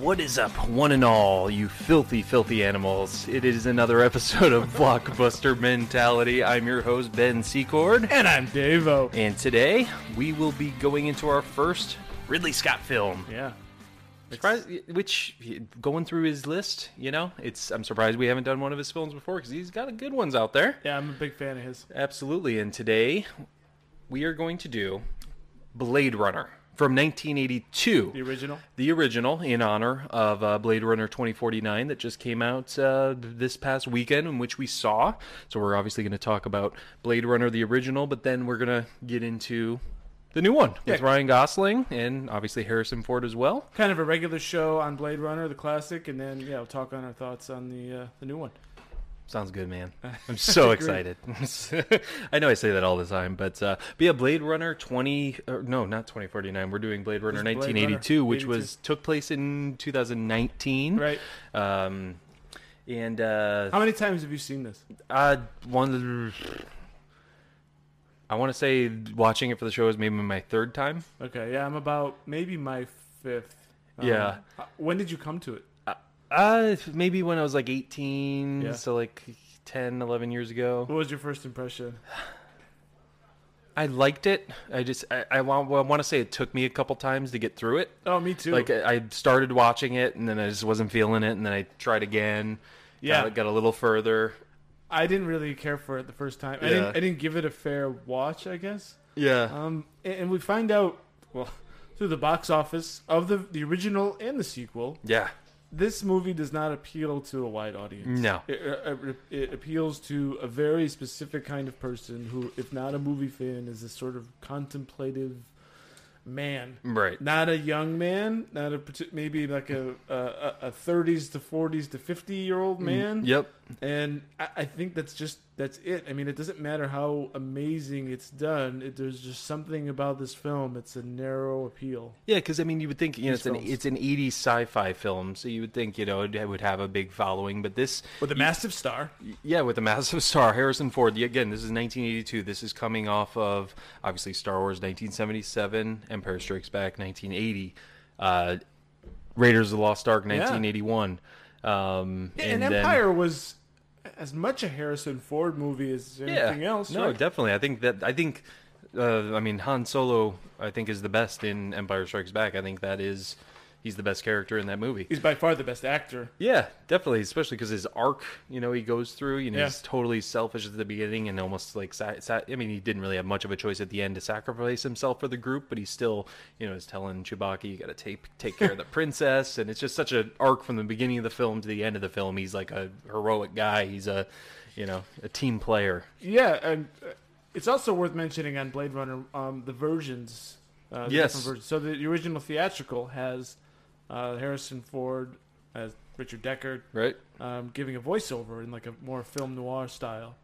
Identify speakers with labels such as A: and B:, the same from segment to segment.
A: What is up, one and all, you filthy, filthy animals? It is another episode of Blockbuster Mentality. I'm your host, Ben Secord.
B: And I'm Davo.
A: And today, we will be going into our first Ridley Scott film.
B: Yeah.
A: Surprise, which, going through his list, you know, it's I'm surprised we haven't done one of his films before because he's got good ones out there.
B: Yeah, I'm a big fan of his.
A: Absolutely. And today, we are going to do Blade Runner from 1982.
B: The original.
A: the original in honor of uh, Blade Runner 2049 that just came out uh, this past weekend, in which we saw. So we're obviously going to talk about Blade Runner the original, but then we're going to get into the new one with
B: Yeah.
A: Ryan Gosling and obviously Harrison Ford as well.
B: Kind of a regular show on Blade Runner, the classic, and then yeah, we'll talk on our thoughts on the uh, the new one.
A: Sounds good, man. I'm so excited. I know I say that all the time, but uh, but yeah, Blade Runner 20 or no, not 2049. We're doing Blade Runner
B: Just Blade
A: 1982,
B: Runner,
A: which
B: 82.
A: was took place in 2019.
B: Right.
A: Um, and uh,
B: How many times have you seen this?
A: Uh, one. I want to say watching it for the show is maybe my third time.
B: Okay, yeah, I'm about maybe my fifth.
A: Yeah.
B: uh, When did you come to it?
A: Uh, maybe when I was like 18,
B: Yeah.
A: so like 10, 11 years ago.
B: What was your first impression?
A: I liked it. I just, I, I, want, I want to say it took me a couple times to get through it.
B: Oh, me too.
A: Like, I I started watching it and then I just wasn't feeling it and then I tried again.
B: Yeah.
A: Got, got a little further.
B: I didn't really care for it the first time. I,
A: Yeah.
B: didn't, I didn't give it a fair watch, I guess.
A: Yeah.
B: Um, and, and we find out well through the box office of the the original and the sequel
A: yeah.
B: this movie does not appeal to a wide audience.
A: No.
B: It, it, it appeals to a very specific kind of person who, if not a movie fan, is a sort of contemplative man.
A: Right.
B: Not a young man, not a parti- maybe like a a, a- a 30s to 40s to 50 year old man.
A: Yep.
B: And I, I think that's just that's it. I mean, it doesn't matter how amazing it's done. It, there's just something about this film. It's a narrow appeal.
A: Yeah, because I mean, you would think you know
B: These
A: it's an
B: films.
A: it's an '80s sci-fi film, so you would think you know it would have a big following. But this,
B: With a massive star.
A: yeah, with a massive star, Harrison Ford. the- Again, this is 1982. This is coming off of obviously Star Wars 1977, Empire Strikes Back 1980, uh, Raiders of the Lost Ark 1981. Um,
B: Yeah, and,
A: then-
B: Empire was as much a Harrison Ford movie as anything else.
A: No,
B: right?
A: definitely. I think that I think uh, I mean Han Solo I think is the best in Empire Strikes Back. I think that is he's the best character in that movie.
B: he's by far the best actor.
A: Yeah, definitely, especially because his arc, you know, he goes through. You know,
B: Yeah.
A: he's totally selfish at the beginning and almost like, sa- sa- I mean, he didn't really have much of a choice at the end to sacrifice himself for the group, but he still, you know, is telling Chewbacca, "You got to take take care of the princess," and it's just such an arc from the beginning of the film to the end of the film. He's like a heroic guy. He's a, you know, a team player.
B: Yeah, and uh, it's also worth mentioning on Blade Runner um, the versions. Uh, the
A: Yes.
B: different versions. So the, the original theatrical has uh, Harrison Ford as Richard Deckard
A: Right.
B: um, giving a voiceover in like a more film noir style.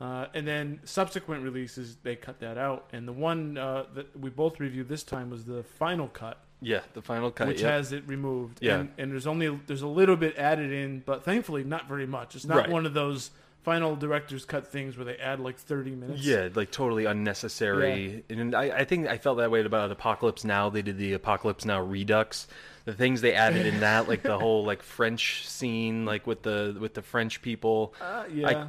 B: Uh, and then subsequent releases, they cut that out. And the one uh, that we both reviewed this time was the final cut,
A: Yeah. The final cut.
B: which
A: Uh, yep.
B: has it removed.
A: Yeah.
B: And, and there's only there's a little bit added in, but thankfully not very much. It's not
A: Right.
B: one of those final director's cut things where they add like 30 minutes.
A: Yeah, like totally unnecessary. And I, I think I felt that way about Apocalypse Now. They did the Apocalypse Now Redux. The things they added in that, like the whole like French scene, like with the with the French people.
B: Uh, yeah.
A: I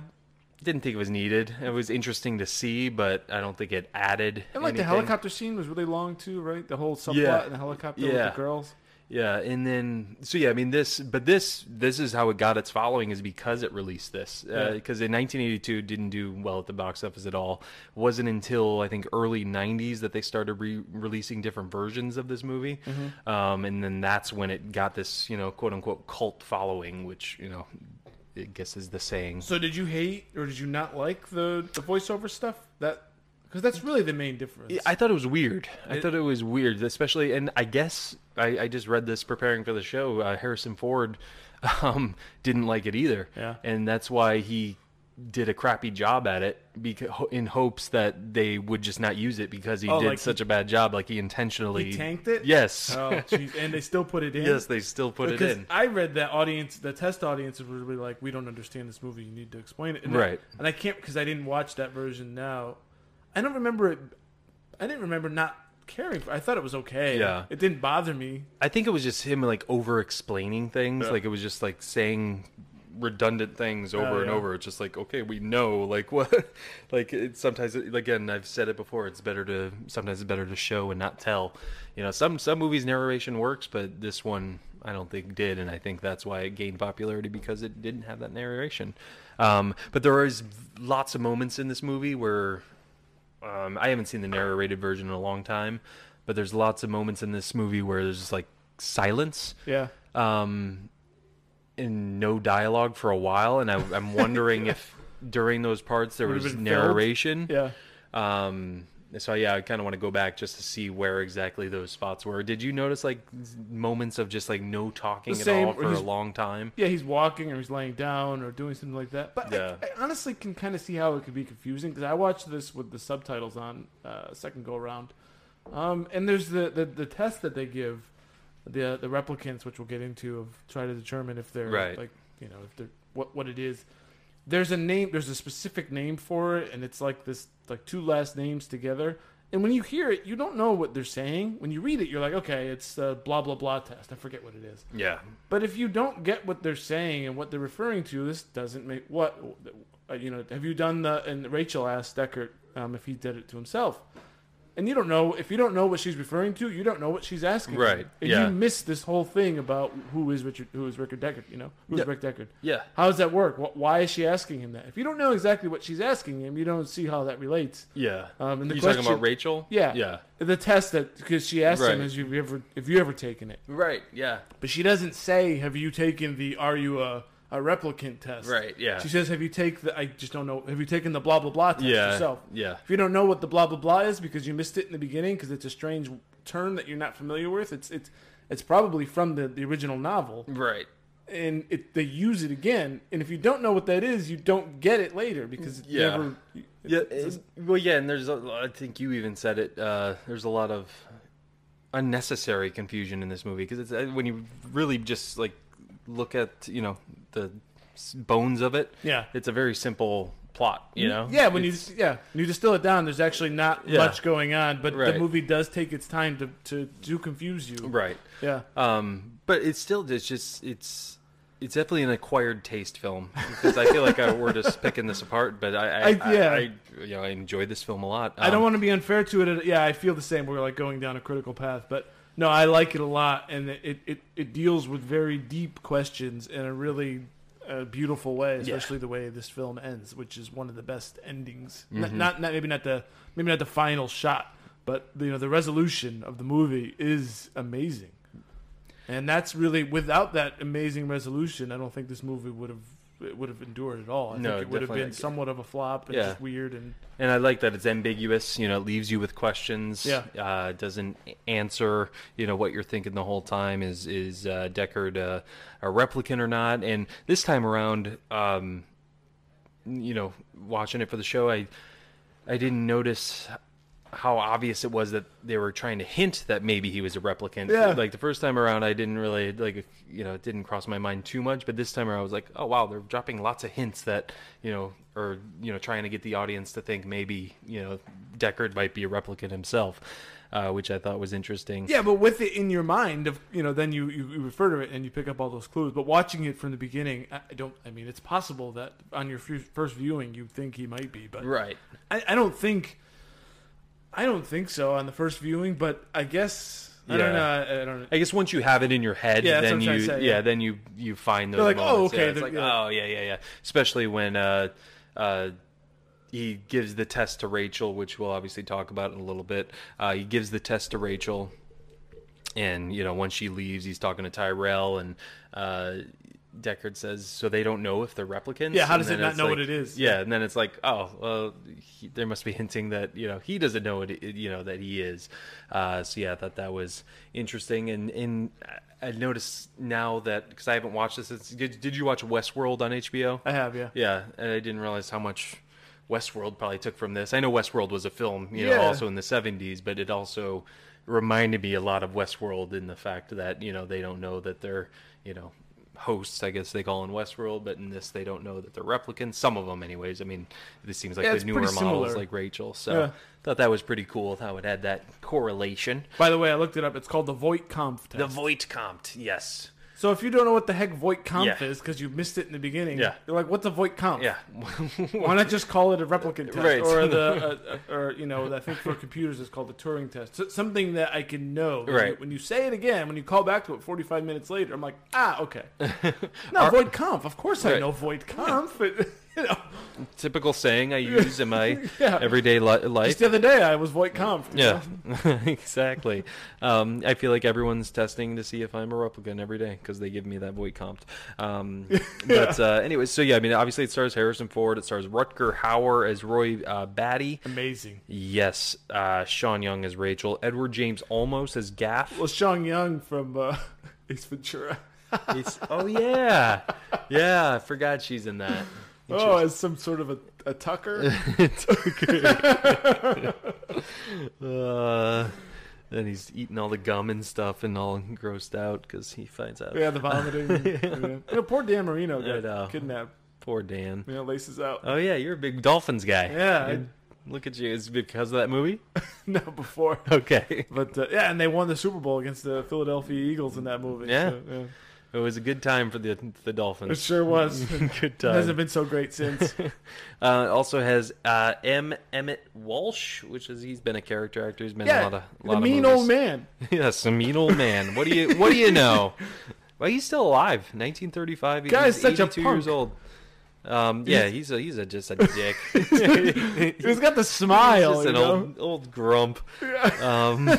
A: didn't think it was needed. It was interesting to see, but I don't think it added.
B: and like the
A: anything.
B: helicopter scene was really long too, right? The whole subplot
A: Yeah.
B: in the helicopter
A: Yeah.
B: with the girls.
A: Yeah, and then so yeah, I mean this, but this this is how it got its following is because it released this because
B: Yeah.
A: in 1982 it didn't do well at the box office at all. It wasn't until I think early 90s that they started re-releasing different versions of this movie, um, and then that's when it got this you know quote unquote cult following, which you know I guess is the saying.
B: So did you hate or did you not like the, the voiceover stuff? That because that's really the main difference.
A: I thought it was weird. I thought it was weird, especially, and I guess I, I just read this preparing for the show. Uh, Harrison Ford um, didn't like it either,
B: Yeah.
A: and that's why he did a crappy job at it because in hopes that they would just not use it because he
B: Oh,
A: did
B: like
A: such a bad job, like he intentionally
B: he tanked it.
A: Yes,
B: Oh, jeez. and they still put it in.
A: yes, they still put
B: because
A: it in.
B: I read that audience, the test audiences were really like, "We don't understand this movie. You need to explain it." And I-
A: Right.
B: and I can't because I didn't watch that version. Now, I don't remember it. I didn't remember not caring for. I thought it was okay.
A: Yeah.
B: It didn't bother me.
A: I think it was just him like over explaining things.
B: Yeah.
A: Like it was just like saying redundant things over and
B: yeah.
A: over. It's just like, okay, we know like what like it sometimes again, I've said it before, it's better to sometimes it's better to show and not tell. You know, some some movies narration works, but this one I don't think did and I think that's why it gained popularity because it didn't have that narration. Um, but there is lots of moments in this movie where um, I haven't seen the narrated version in a long time, but there's lots of moments in this movie where there's just like silence
B: Yeah.
A: um, and no dialogue for a while, and I, I'm wondering if during those parts there
B: Would've
A: was
B: been
A: narration.
B: Yeah.
A: Um, so yeah, I kind of want to go back just to see where exactly those spots were. Did you notice like moments of just like no talking
B: The
A: at
B: same-
A: all for a
B: he's-
A: long time?
B: Yeah, he's walking or he's laying down or doing something like that. But I-
A: Yeah.
B: I, honestly can kind of see how it could be confusing because I watched this with the subtitles on uh, second go around, um, and there's the, the the test that they give the the replicants, which we'll get into, of try to determine if they're
A: Right.
B: like you know if they're what what it is. There's a name. There's a specific name for it, and it's like this like two last names together. And when you hear it, you don't know what they're saying. When you read it, you're like, okay, it's uh, blah blah blah test. I forget what it is.
A: Yeah,
B: But if you don't get what they're saying and what they're referring to, this doesn't make what uh, you know. Have you done the? And Rachel asked Deckard um, if he did it to himself, and you don't know if you don't know what she's referring to, you don't know what she's asking.
A: Right,
B: And
A: yeah.
B: you miss this whole thing about who is Richard, who is Rickard Deckard. You know, who's
A: Yeah.
B: Rick Deckard?
A: yeah,
B: How does that work? Wh- Why is she asking him that? If you don't know exactly what she's asking him, you don't see how that relates.
A: yeah.
B: Um, and the
A: you talking
B: question-
A: about Rachel?
B: Yeah.
A: yeah,
B: The test that because she asked him
A: Right.
B: is you've ever if you ever taken it.
A: right, yeah,
B: But she doesn't say, "Have you taken the Are you a, a replicant test?"
A: right, yeah,
B: She says, "Have you take the I just don't know. Have you taken the blah blah blah test
A: yeah,
B: yourself?"
A: yeah.
B: If you don't know what the blah blah blah is because you missed it in the beginning because it's a strange term that you're not familiar with, it's it's it's probably from the, the original novel
A: Right.
B: and it, they use it again. And if you don't know what that is, you don't get it later because it
A: Yeah.
B: never.
A: Yeah. it- well, yeah, and there's. A, I think you even said it. Uh, there's a lot of unnecessary confusion in this movie because it's uh, when you really just like look at you know the s- bones of it.
B: Yeah. Mm,
A: It's a very simple plot. You know.
B: Yeah, when
A: It's-
B: you yeah, when you distill it down, there's actually not
A: Yeah.
B: much going on, but
A: Right.
B: the movie does take its time to to, to confuse you.
A: Right.
B: Yeah.
A: Um, but it's still it's just it's it's definitely an acquired taste film because I feel like I were just picking this apart, but I, I,
B: I- yeah.
A: I, I- you know I enjoyed this film a lot.
B: I don't
A: Um,
B: want to be unfair to it. Yeah, I feel the same. We're like going down a critical path, but no, I like it a lot, and it it, it deals with very deep questions in a really uh, beautiful way, especially the way this film ends, which is one of the best endings. N-
A: Mm-hmm.
B: Not, not maybe not the maybe not the final shot, but you know the resolution of the movie is amazing, and that's really without that amazing resolution, I don't think this movie would have. It would have endured at all. I
A: No,
B: think it would have
A: definitely.
B: been somewhat of a flop and
A: Yeah.
B: just weird and
A: And I like that it's ambiguous. You know, it leaves you with questions.
B: Yeah.
A: Uh, doesn't answer. You know what you're thinking the whole time is is uh, Deckard uh, a replicant or not? And this time around, um, you know, watching it for the show, I I didn't notice how obvious it was that they were trying to hint that maybe he was a replicant.
B: Yeah.
A: Like the first time around, I didn't really like you know it didn't cross my mind too much, but this time around, I was like, oh wow, they're dropping lots of hints that you know or you know trying to get the audience to think maybe you know Deckard might be a replicant himself, uh, which I thought was interesting.
B: Yeah, but with it in your mind, of you know, then you, you, you refer to it and you pick up all those clues. But watching it from the beginning, I I don't. I mean, it's possible that on your fir- first viewing you think he might be, but
A: Right.
B: I, I don't think. I don't think so on the first viewing, but I guess
A: Yeah.
B: I don't know. I, I don't. know.
A: I guess once you have it in your head,
B: Yeah, that's
A: then
B: what I'm
A: you
B: trying to say,
A: yeah,
B: yeah.
A: then you you find those
B: They're like, oh,
A: moments. Yeah,
B: okay,
A: it's
B: they're-
A: like,
B: yeah.
A: oh yeah, yeah, yeah. Especially when uh, uh, he gives the test to Rachel, which we'll obviously talk about in a little bit. Uh, he gives the test to Rachel, and you know, once she leaves, he's talking to Tyrell, and uh, Deckard says, so they don't know if they're replicants.
B: Yeah, how
A: And
B: does it
A: then
B: not
A: it's
B: know
A: like-
B: what it is?
A: Yeah, and then it's like, oh, well, he, there must be hinting that you know he doesn't know it, it- you know that he is. Uh, so yeah, I thought that was interesting, and and I I noticed now that because I haven't watched this. Since, did did you watch Westworld on HBO?
B: I have, yeah.
A: Yeah, and I didn't realize how much Westworld probably took from this. I know Westworld was a film, you
B: Yeah.
A: know, also in the '70s, but it also reminded me a lot of Westworld in the fact that you know they don't know that they're you know hosts, I guess they call in Westworld, but in this they don't know that they're replicants. Some of them, anyways. I mean, this seems like
B: Yeah, it's
A: the newer
B: pretty
A: models,
B: similar.
A: like Rachel. So
B: Yeah.
A: thought that was pretty cool how it had that correlation.
B: By the way, I looked it up. It's called the Voight Kampf test.
A: The Voight Compt, yes,
B: so if you don't know what the heck Voight Kampf
A: Yeah.
B: is because you missed it in the beginning,
A: Yeah.
B: you're like, what's a Voight Kampf?
A: yeah,
B: Why not just call it a replicant test,
A: Right.
B: or the, uh, or you know, I think for computers it's called the Turing test. So, something that I can know. When you-
A: Right.
B: When you say it again, when you call back to it 45 minutes later, I'm like, ah, okay. No,
A: Are-
B: void conf. Of course I
A: Right.
B: know void conf. But, you know,
A: typical saying I use in my
B: Yeah.
A: everyday li- life.
B: just the other day I was void conf. you
A: Yeah,
B: know?
A: exactly. Um, I feel like everyone's testing to see if I'm a replicant every day because they give me that void comp. Um, But uh, anyway, so yeah, I mean, obviously it stars Harrison Ford. It stars Rutger Hauer as Roy uh, Batty.
B: Amazing.
A: Yes, uh, Sean Young as Rachel. Edward James Olmos as Gaff.
B: Well, Sean Young from uh, Ace Ventura.
A: It's- oh yeah, yeah. I forgot she's in that.
B: Oh, as some sort of a, a Tucker.
A: Uh, then he's eating all the gum and stuff and all grossed out because he finds out.
B: yeah, the vomiting. yeah. You know, poor Dan Marino got
A: know.
B: kidnapped.
A: Poor Dan.
B: You know, laces out.
A: Oh yeah, you're a big Dolphins guy.
B: Yeah, I-
A: And look at you. It's because of that movie.
B: no, before.
A: Okay.
B: But uh, yeah, and they won the Super Bowl against the Philadelphia Eagles in that movie.
A: Yeah.
B: so, yeah.
A: It was a good time for the the
B: it
A: Dolphins.
B: sure was. It
A: Good
B: hasn't
A: time.
B: been so great since.
A: Uh, it also has uh, M. Emmett Walsh, which is he's been a character actor. He's been in a
B: yeah,
A: lot of a lot
B: the
A: of
B: mean
A: movies.
B: old man.
A: yes, a mean old man. What do you What do you know? Well, he's still alive. 1935. He-
B: Guy's
A: he's
B: such a
A: 82 years
B: punk.
A: old. Um, yeah, he's a he's a just a dick. he's
B: He's got the smile.
A: just
B: you
A: an
B: know?
A: old old grump. Um,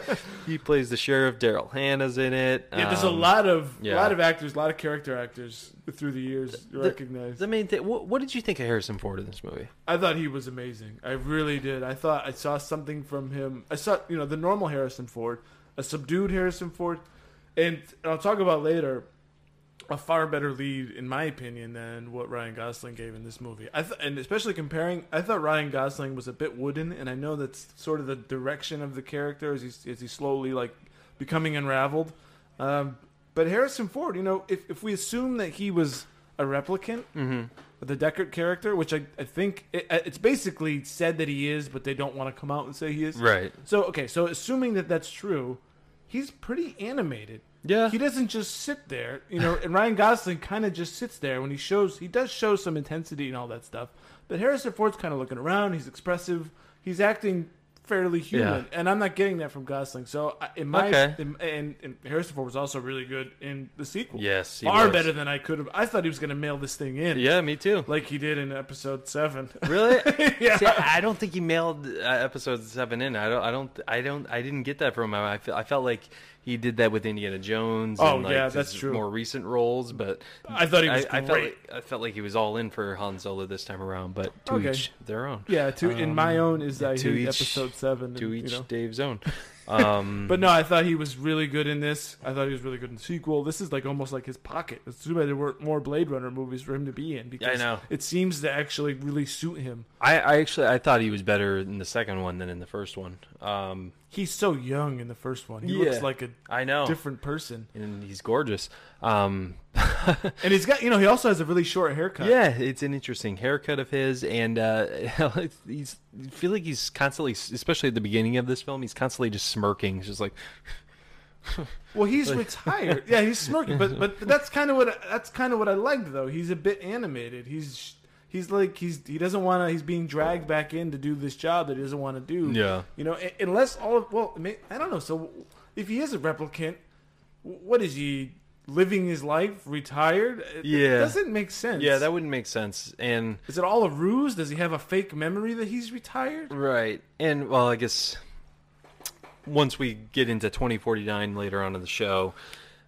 A: he plays the sheriff. Daryl Hannah's in it.
B: Yeah, there's a
A: Um,
B: lot of
A: yeah.
B: lot of actors, a lot of character actors through the years recognized.
A: The main thing. What, what did you think of Harrison Ford in this movie?
B: I thought he was amazing. I really did. I thought I saw something from him. I saw you know the normal Harrison Ford, a subdued Harrison Ford, and, and I'll talk about later. A far better lead, in my opinion, than what Ryan Gosling gave in this movie. I th- and especially comparing, I thought Ryan Gosling was a bit wooden, and I know that's sort of the direction of the character as he's as he's slowly like becoming unraveled. Um, but Harrison Ford, you know, if if we assume that he was a replicant, the Deckard character, which I, I think it, it's basically said that he is, but they don't want to come out and say he is.
A: Right.
B: So okay, so assuming that that's true, he's pretty animated.
A: Yeah.
B: He doesn't just sit there, you know. And Ryan Gosling kind of just sits there when he shows. He does show some intensity and all that stuff, but Harrison Ford's kind of looking around. He's expressive. He's acting fairly human,
A: Yeah.
B: and I'm not getting that from Gosling. So I- in my
A: Okay.
B: in- and, and Harrison Ford was also really good in the sequel.
A: Yes, he
B: far
A: was.
B: better than I could have. I thought he was going to mail this thing in
A: Yeah, me too.
B: like he did in episode seven.
A: Really?
B: Yeah.
A: See, I don't think he mailed uh, episode seven in. I don't. I don't. I don't. I didn't get that from him. I felt. I felt like he did that with Indiana Jones.
B: Oh,
A: and like
B: yeah,
A: his
B: that's true.
A: More recent roles, but
B: I thought he was
A: I, I felt.
B: great.
A: Like, I felt like he was all in for Han Solo this time around. But to
B: Okay.
A: each their own.
B: yeah, to in my own is I
A: Um, to
B: hate
A: each-
B: episode seven.
A: To
B: and,
A: each
B: you know.
A: Dave's own. Um,
B: But no, I thought he was really good in this. I thought he was really good in the sequel. This is like almost like his pocket. It's too bad there weren't more Blade Runner movies for him to be in because
A: know.
B: it seems to actually really suit him.
A: I, I actually I thought he was better in the second one than in the first one. Um,
B: He's so young in the first one. He
A: Yeah. Oh.
B: looks like a
A: I know.
B: different person.
A: and he's gorgeous. Um,
B: And he's got you know, he also has a really short haircut.
A: yeah, it's an interesting haircut of his, and uh, he's I feel like he's constantly, especially at the beginning of this film, he's constantly just smirking. He's just like,
B: Well, he's retired. Yeah, he's smirking, but but that's kind of what that's kind of what I liked though. He's a bit animated. He's he's like he's he doesn't want to. He's being dragged back in to do this job that he doesn't want to do.
A: Yeah.
B: you know, un- unless all of well, I, mean, I don't know. So if he is a replicant, w- what is he living his life retired? It-
A: Yeah.
B: it doesn't make sense.
A: yeah, that wouldn't make sense. And
B: is it all a ruse? Does he have a fake memory that he's retired?
A: right, and well, I guess once we get into 2049 later on in the show,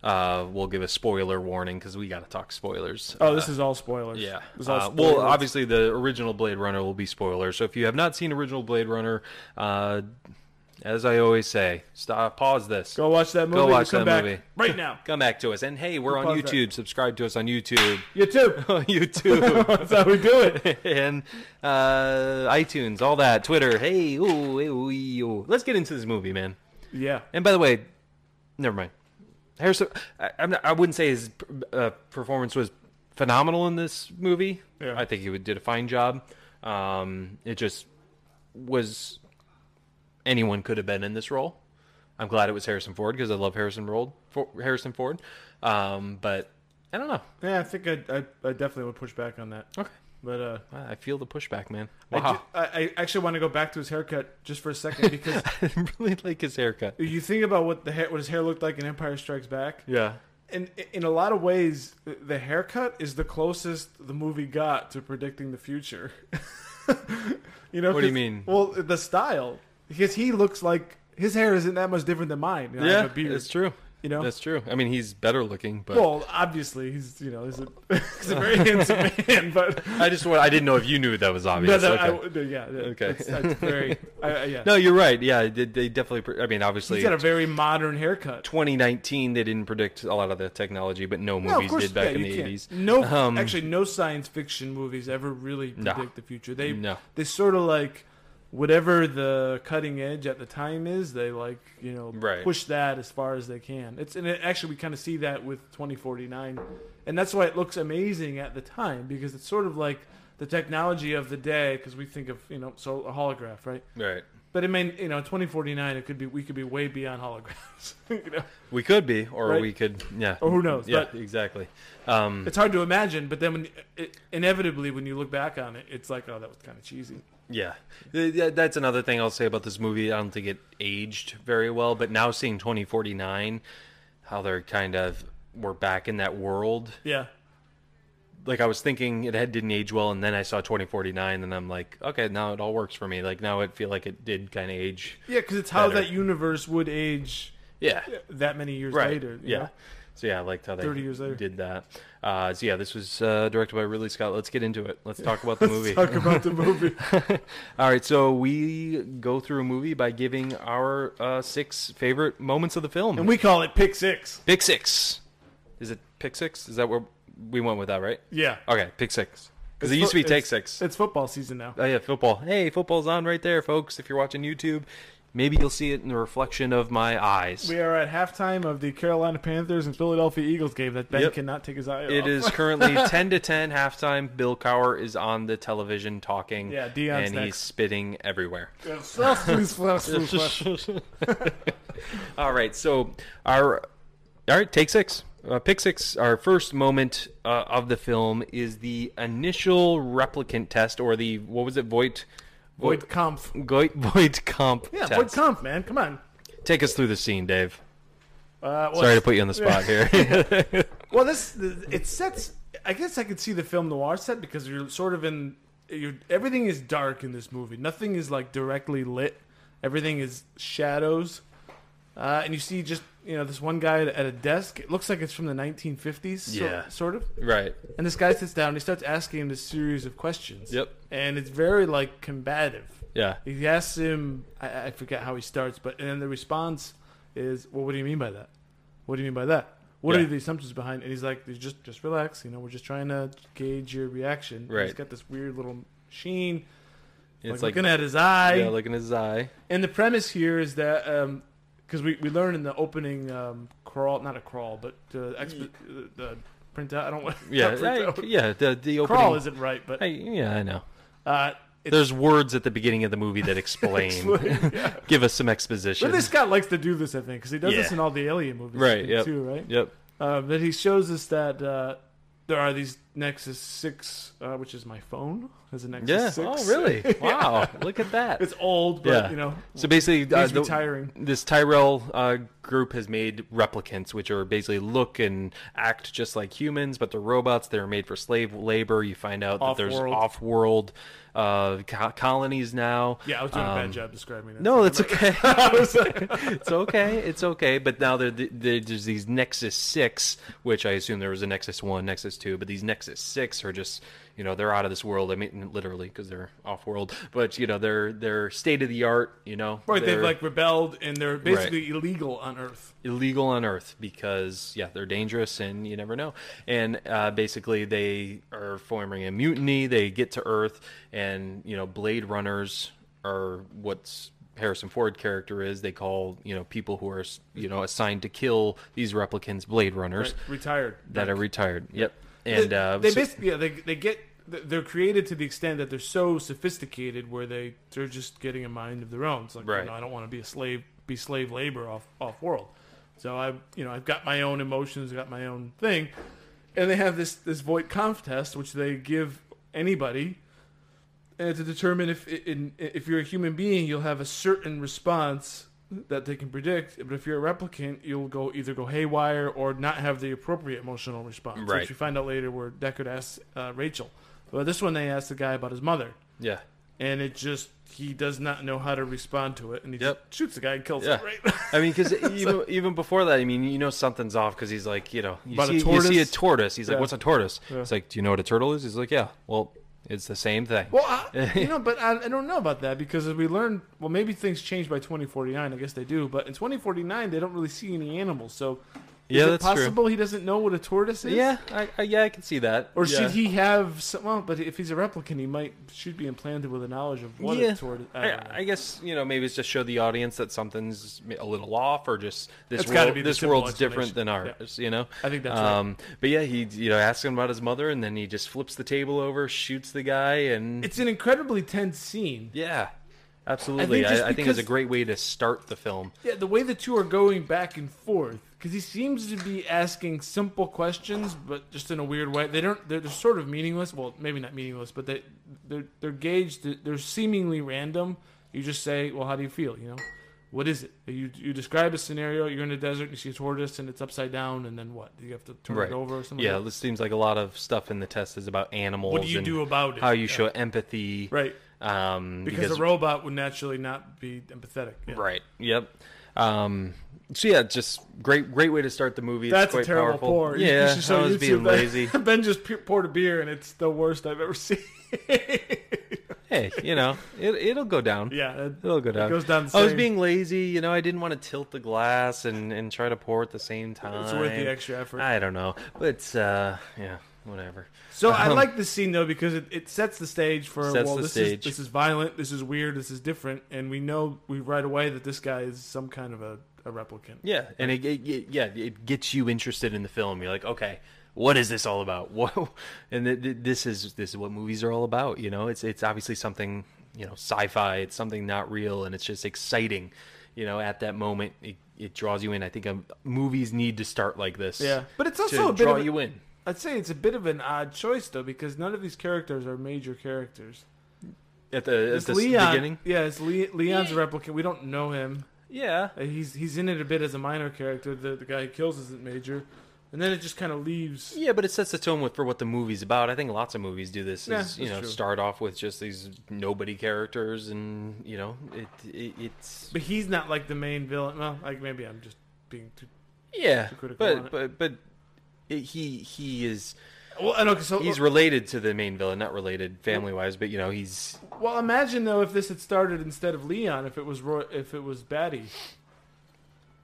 A: uh, we'll give a spoiler warning because we got to talk spoilers.
B: Oh, this is all spoilers.
A: Yeah.
B: This is all
A: Uh, well,
B: spoilers.
A: obviously, the original Blade Runner will be spoilers. So if you have not seen original Blade Runner, uh, as I always say, stop, pause this.
B: Go watch that movie. and
A: watch
B: come
A: that
B: back
A: movie.
B: right now.
A: Come back to us. And hey, we're on
B: Pause that.
A: YouTube. Subscribe to us on YouTube.
B: You too.
A: YouTube.
B: That's how we do it.
A: and uh, iTunes, all that, Twitter. Hey, ooh, hey, ooh, ee, ooh. let's get into this movie, man.
B: Yeah.
A: And by the way, never mind. Harrison, I, I'm not, I wouldn't say his uh, performance was phenomenal in this movie.
B: Yeah.
A: I think he would- did a fine job. Um, it just was anyone could have been in this role. I'm glad it was Harrison Ford because I love Harrison Ford. For, Harrison Ford, um, but I don't know.
B: Yeah, I think I, I, I definitely would push back on that.
A: Okay,
B: But uh,
A: I feel the pushback, man.
B: I
A: Wow,
B: ju- I, I actually want to go back to his haircut just for a second because
A: I really like his haircut.
B: you think about what the hair, what his hair looked like in Empire Strikes Back,
A: Yeah,
B: and in a lot of ways, the haircut is the closest the movie got to predicting the future. you know
A: What do you
B: 'cause-
A: mean?
B: Well, the style because he looks like his hair isn't that much different than mine. You know, I have
A: yeah,
B: a beard,
A: it's true.
B: You know,
A: That's true. I mean, he's better looking, but
B: well, obviously he's you know he's a, he's a very handsome man, but
A: I just want, I didn't know if you knew that was
B: no,
A: obvious.
B: no,
A: okay.
B: I, no, yeah, okay, that's, that's very I, I- yeah.
A: no, you're right. Yeah, they, they definitely. pre- I mean, obviously,
B: He's got a very modern haircut.
A: 2019 they didn't predict a lot of the technology, but no
B: No, of
A: movies
B: course,
A: did back
B: yeah,
A: in
B: you
A: the
B: can't.
A: 80s.
B: No,
A: Um,
B: actually, no science fiction movies ever really
A: No.
B: predict the future. They
A: No.
B: they sort of like whatever the cutting edge at the time is. They like you know
A: Right.
B: push that as far as they can. It's and it, actually we kind of see that with 2049, and that's why it looks amazing at the time because it's sort of like the technology of the day. Because we think of you know so a holograph, right?
A: Right.
B: But it may you know 2049 it could be we could be way beyond holograms. you know?
A: We could be, or
B: Right.
A: we could, yeah.
B: Or who knows,
A: Yeah,
B: but-
A: exactly. Um,
B: It's hard to imagine, but then when it, inevitably when you look back on it, it's like, oh, that was kind of cheesy.
A: yeah. Th- th- That's another thing I'll say about this movie. I don't think it aged very well, but now seeing 2049, how they're kind of, we're back in that world.
B: Yeah,
A: Like, I was thinking it had, didn't age well, and then I saw 2049, and I'm like, okay, now it all works for me. Like, now I feel like it did kind of age.
B: yeah, because it's how
A: Better.
B: that universe would age
A: Yeah.
B: that many years
A: right.
B: later. you
A: yeah.
B: know?
A: So yeah, I liked how they
B: 30 years later.
A: did that. Uh, so yeah, this was uh, directed by Ridley Scott. Let's get into it. Let's talk about the movie.
B: Talk about the movie.
A: All right, so we go through a movie by giving our uh, six favorite moments of the film.
B: and we call it Pick Six.
A: pick six. Is it pick six? Is that where we went with that? Right.
B: Yeah.
A: Okay, pick six. Because Oh, it
B: It's
A: used to be
B: fo-
A: take
B: it's-
A: six.
B: It's football season now.
A: Oh yeah, football. Hey, football's on right there, folks. If you're watching YouTube, maybe you'll see it in the reflection of my eyes.
B: We are at halftime of the Carolina Panthers and Philadelphia Eagles game that Ben
A: Yep.
B: cannot take his eye off.
A: It is currently 10 to 10 halftime. Bill Cower is on the television talking.
B: Yeah,
A: And
B: Deion's
A: he's
B: next.
A: spitting everywhere.
B: All
A: All right, so our. All right, take six. Uh, pick six. Our first moment uh, of the film is the initial replicant test, or the. What was it? Voight.
B: Void Kampf.
A: Voight, Voight Comp
B: Yeah, Void
A: test.
B: Kampf, man. Come on.
A: Take us through the scene, Dave.
B: Uh, well,
A: Sorry to put you on the spot here.
B: Well, this it sets. I guess I could see the film noir set because you're sort of in. You're, everything is dark in this movie. Nothing is like directly lit. Everything is shadows, uh, and you see just you know this one guy at a desk. It looks like it's from the 1950s. so-
A: Yeah.
B: sort of.
A: right.
B: And this guy sits down and he starts asking him this series of questions.
A: Yep.
B: And it's very like combative.
A: Yeah.
B: He asks him, I, I forget how he starts, but and then the response is, "Well, what do you mean by that? What do you mean by that? What
A: Yeah.
B: are the assumptions behind?" And he's like, "Just, just relax. You know, we're just trying to gauge your reaction." And He's
A: Right.
B: got this weird little machine,
A: It's like,
B: like, looking at his eye.
A: yeah, looking at his eye.
B: and the premise here is that because we we learn in the opening um, crawl, not a crawl, but uh, exp- uh, the printout. I don't want.
A: Yeah,
B: not printout.
A: I- yeah. The, the opening.
B: crawl isn't right, but
A: I, yeah, I know.
B: uh, it's
A: There's words at the beginning of the movie that explain. Give us some exposition.
B: But this guy likes to do this, I think, because he does this
A: Yeah.
B: in all the Alien movies, I
A: right.
B: think,
A: Yep.
B: Too right.
A: Yep.
B: Uh, but he shows us that uh, there are these Nexus Six, uh, which is my phone, has a Nexus
A: Yeah. Oh,
B: Six.
A: really? Wow. Look at that.
B: It's old, but
A: Yeah.
B: you know,
A: So basically, uh,
B: he's
A: the-
B: retiring.
A: this Tyrell uh, group has made replicants, which are basically look and act just like humans, but they're robots. They're made for slave labor. You find out that there's
B: Off-world.
A: off-world uh, co- colonies now.
B: Yeah, I was doing a
A: Um,
B: bad job describing that.
A: No, that's okay. it's okay. It's okay. But now there, there, there's these Nexus Six, which I assume there was a Nexus One, Nexus Two, but these Nexus Six are just, you know, they're out of this world. I mean, literally, because they're off world. But you know, they're they're state of the art. You know,
B: Right,
A: they're
B: they've like rebelled and they're basically illegal on Earth.
A: illegal on Earth because yeah, they're dangerous and you never know. And uh, basically, they are forming a mutiny. They get to Earth, and you know, Blade Runners are what's Harrison Ford character is. They call you know people who are you know assigned to kill these replicants Blade Runners
B: Right, retired.
A: that are retired. Yep. And
B: they,
A: uh,
B: they
A: so-
B: basically yeah, they they get they're created to the extent that they're so sophisticated where they they're just getting a mind of their own. It's like you
A: Right.
B: know, I don't want to be a slave be slave labor off off world. So I you know I've got my own emotions, I've got my own thing, and they have this this void conf test which they give anybody. And to determine if in, if you're a human being, you'll have a certain response that they can predict. But if you're a replicant, you'll go either go haywire or not have the appropriate emotional response.
A: Right.
B: Which you find out later where Deckard asks uh, Rachel. But this one, they asked the guy about his mother,
A: yeah.
B: and it just he does not know how to respond to it, and he
A: Yep.
B: just shoots the guy and kills
A: Yeah.
B: him. Right?
A: I mean, because even, even before that, I mean, you know something's off because he's like, you know, you
B: About a
A: see, you see a
B: tortoise?
A: tortoise. He's
B: Yeah.
A: like, what's a tortoise?
B: Yeah.
A: It's like, do you know what a turtle is? He's like, yeah. Well, it's the same thing.
B: Well, I, you know, but I, I don't know about that because as we learned, well, maybe things change by 2049. I guess they do, but in 2049, they don't really see any animals. So, is
A: Yeah,
B: it
A: that's true.
B: possible he doesn't know what a tortoise is?
A: yeah, I, I, yeah, I can see that.
B: Or
A: Yeah.
B: should he have some? Well, but if he's a replicant, he might should be implanted with a knowledge of what
A: yeah.
B: a tortoise. I don't know.
A: I, I guess you know maybe it's just show the audience that something's a little off, or just this
B: That's gotta
A: world,
B: be the
A: this
B: simple
A: world's different than
B: explanation.
A: ours. You know,
B: I think that's
A: um, But yeah, he you know asks him about his mother, and then he just flips the table over, shoots the guy, and
B: It's an incredibly tense scene.
A: yeah, absolutely. I
B: just
A: I think it's a
B: because-
A: great way to start the film.
B: Yeah, the way the two are going back and forth because he seems to be asking simple questions, but just in a weird way. They don't. They're, they're sort of meaningless. Well, maybe not meaningless, but they they're they're gauged. They're, they're seemingly random. You just say, "Well, how do you feel?" You know, what is it? You you describe a scenario. You're in a desert. You see a tortoise, and it's upside down. And then what? Do you have to turn
A: right.
B: it over or something?
A: Yeah,
B: like
A: this seems like a lot of stuff in the test is about animals. and
B: do about it?
A: How you
B: Yeah.
A: show empathy,
B: that? right.
A: Um,
B: Because,
A: because
B: a robot would naturally not be empathetic. Yeah.
A: right, yep. Um, so yeah, just great, great way to start the movie.
B: That's
A: it's quite
B: a terrible
A: powerful.
B: pour. You- you
A: Yeah,
B: should show
A: I was
B: YouTube
A: being
B: that.
A: lazy.
B: ben just pe- poured a beer, and it's the worst I've ever seen.
A: hey, you know, it, it'll go down.
B: yeah, that-
A: It'll go down.
B: goes down the
A: I was
B: same.
A: being lazy, you know. I didn't want to tilt the glass and, and try to pour at the same time.
B: it's worth the extra effort.
A: I don't know, but uh, yeah, whatever.
B: so I like this scene though because it, it sets the stage for
A: um, Sets
B: well,
A: the
B: this
A: stage.
B: is this is violent, this is weird, this is different, and we know we right away that this guy is some kind of a, a replicant.
A: Yeah, and it, it, it- yeah it gets you interested in the film. You're like, okay, what is this all about? Whoa, and th- th- this is this is what movies are all about. You know, it's it's obviously something you know sci-fi. It's something not real, and it's just exciting. You know, at that moment, it, it draws you in. I think um, movies need to start like this.
B: Yeah, but it's also
A: to
B: a bit
A: draw
B: of a-
A: you in.
B: I'd say it's a bit of an odd choice though because none of these characters are major characters.
A: At the, at
B: It's
A: the s-
B: Leon,
A: beginning,
B: yeah, it's Le- Leon's a replicant. We don't know him.
A: yeah,
B: Uh, He's he's in it a bit as a minor character. The the guy he kills isn't major, and then it just kind of leaves.
A: Yeah, but it sets the tone with for what the movie's about. I think lots of movies do this.
B: Yeah,
A: Is, you
B: that's
A: know,
B: true.
A: start off with just these nobody characters, and you know, it, it it's
B: But he's not like the main villain. Well, like maybe I'm just being too.
A: yeah,
B: critical on
A: but
B: it.
A: but but it, he he is
B: Well, I know. So
A: he's related to the main villain, not related family wise, but you know he's
B: well, imagine though if this had started instead of Leon, if it was Roy, if it was Batty,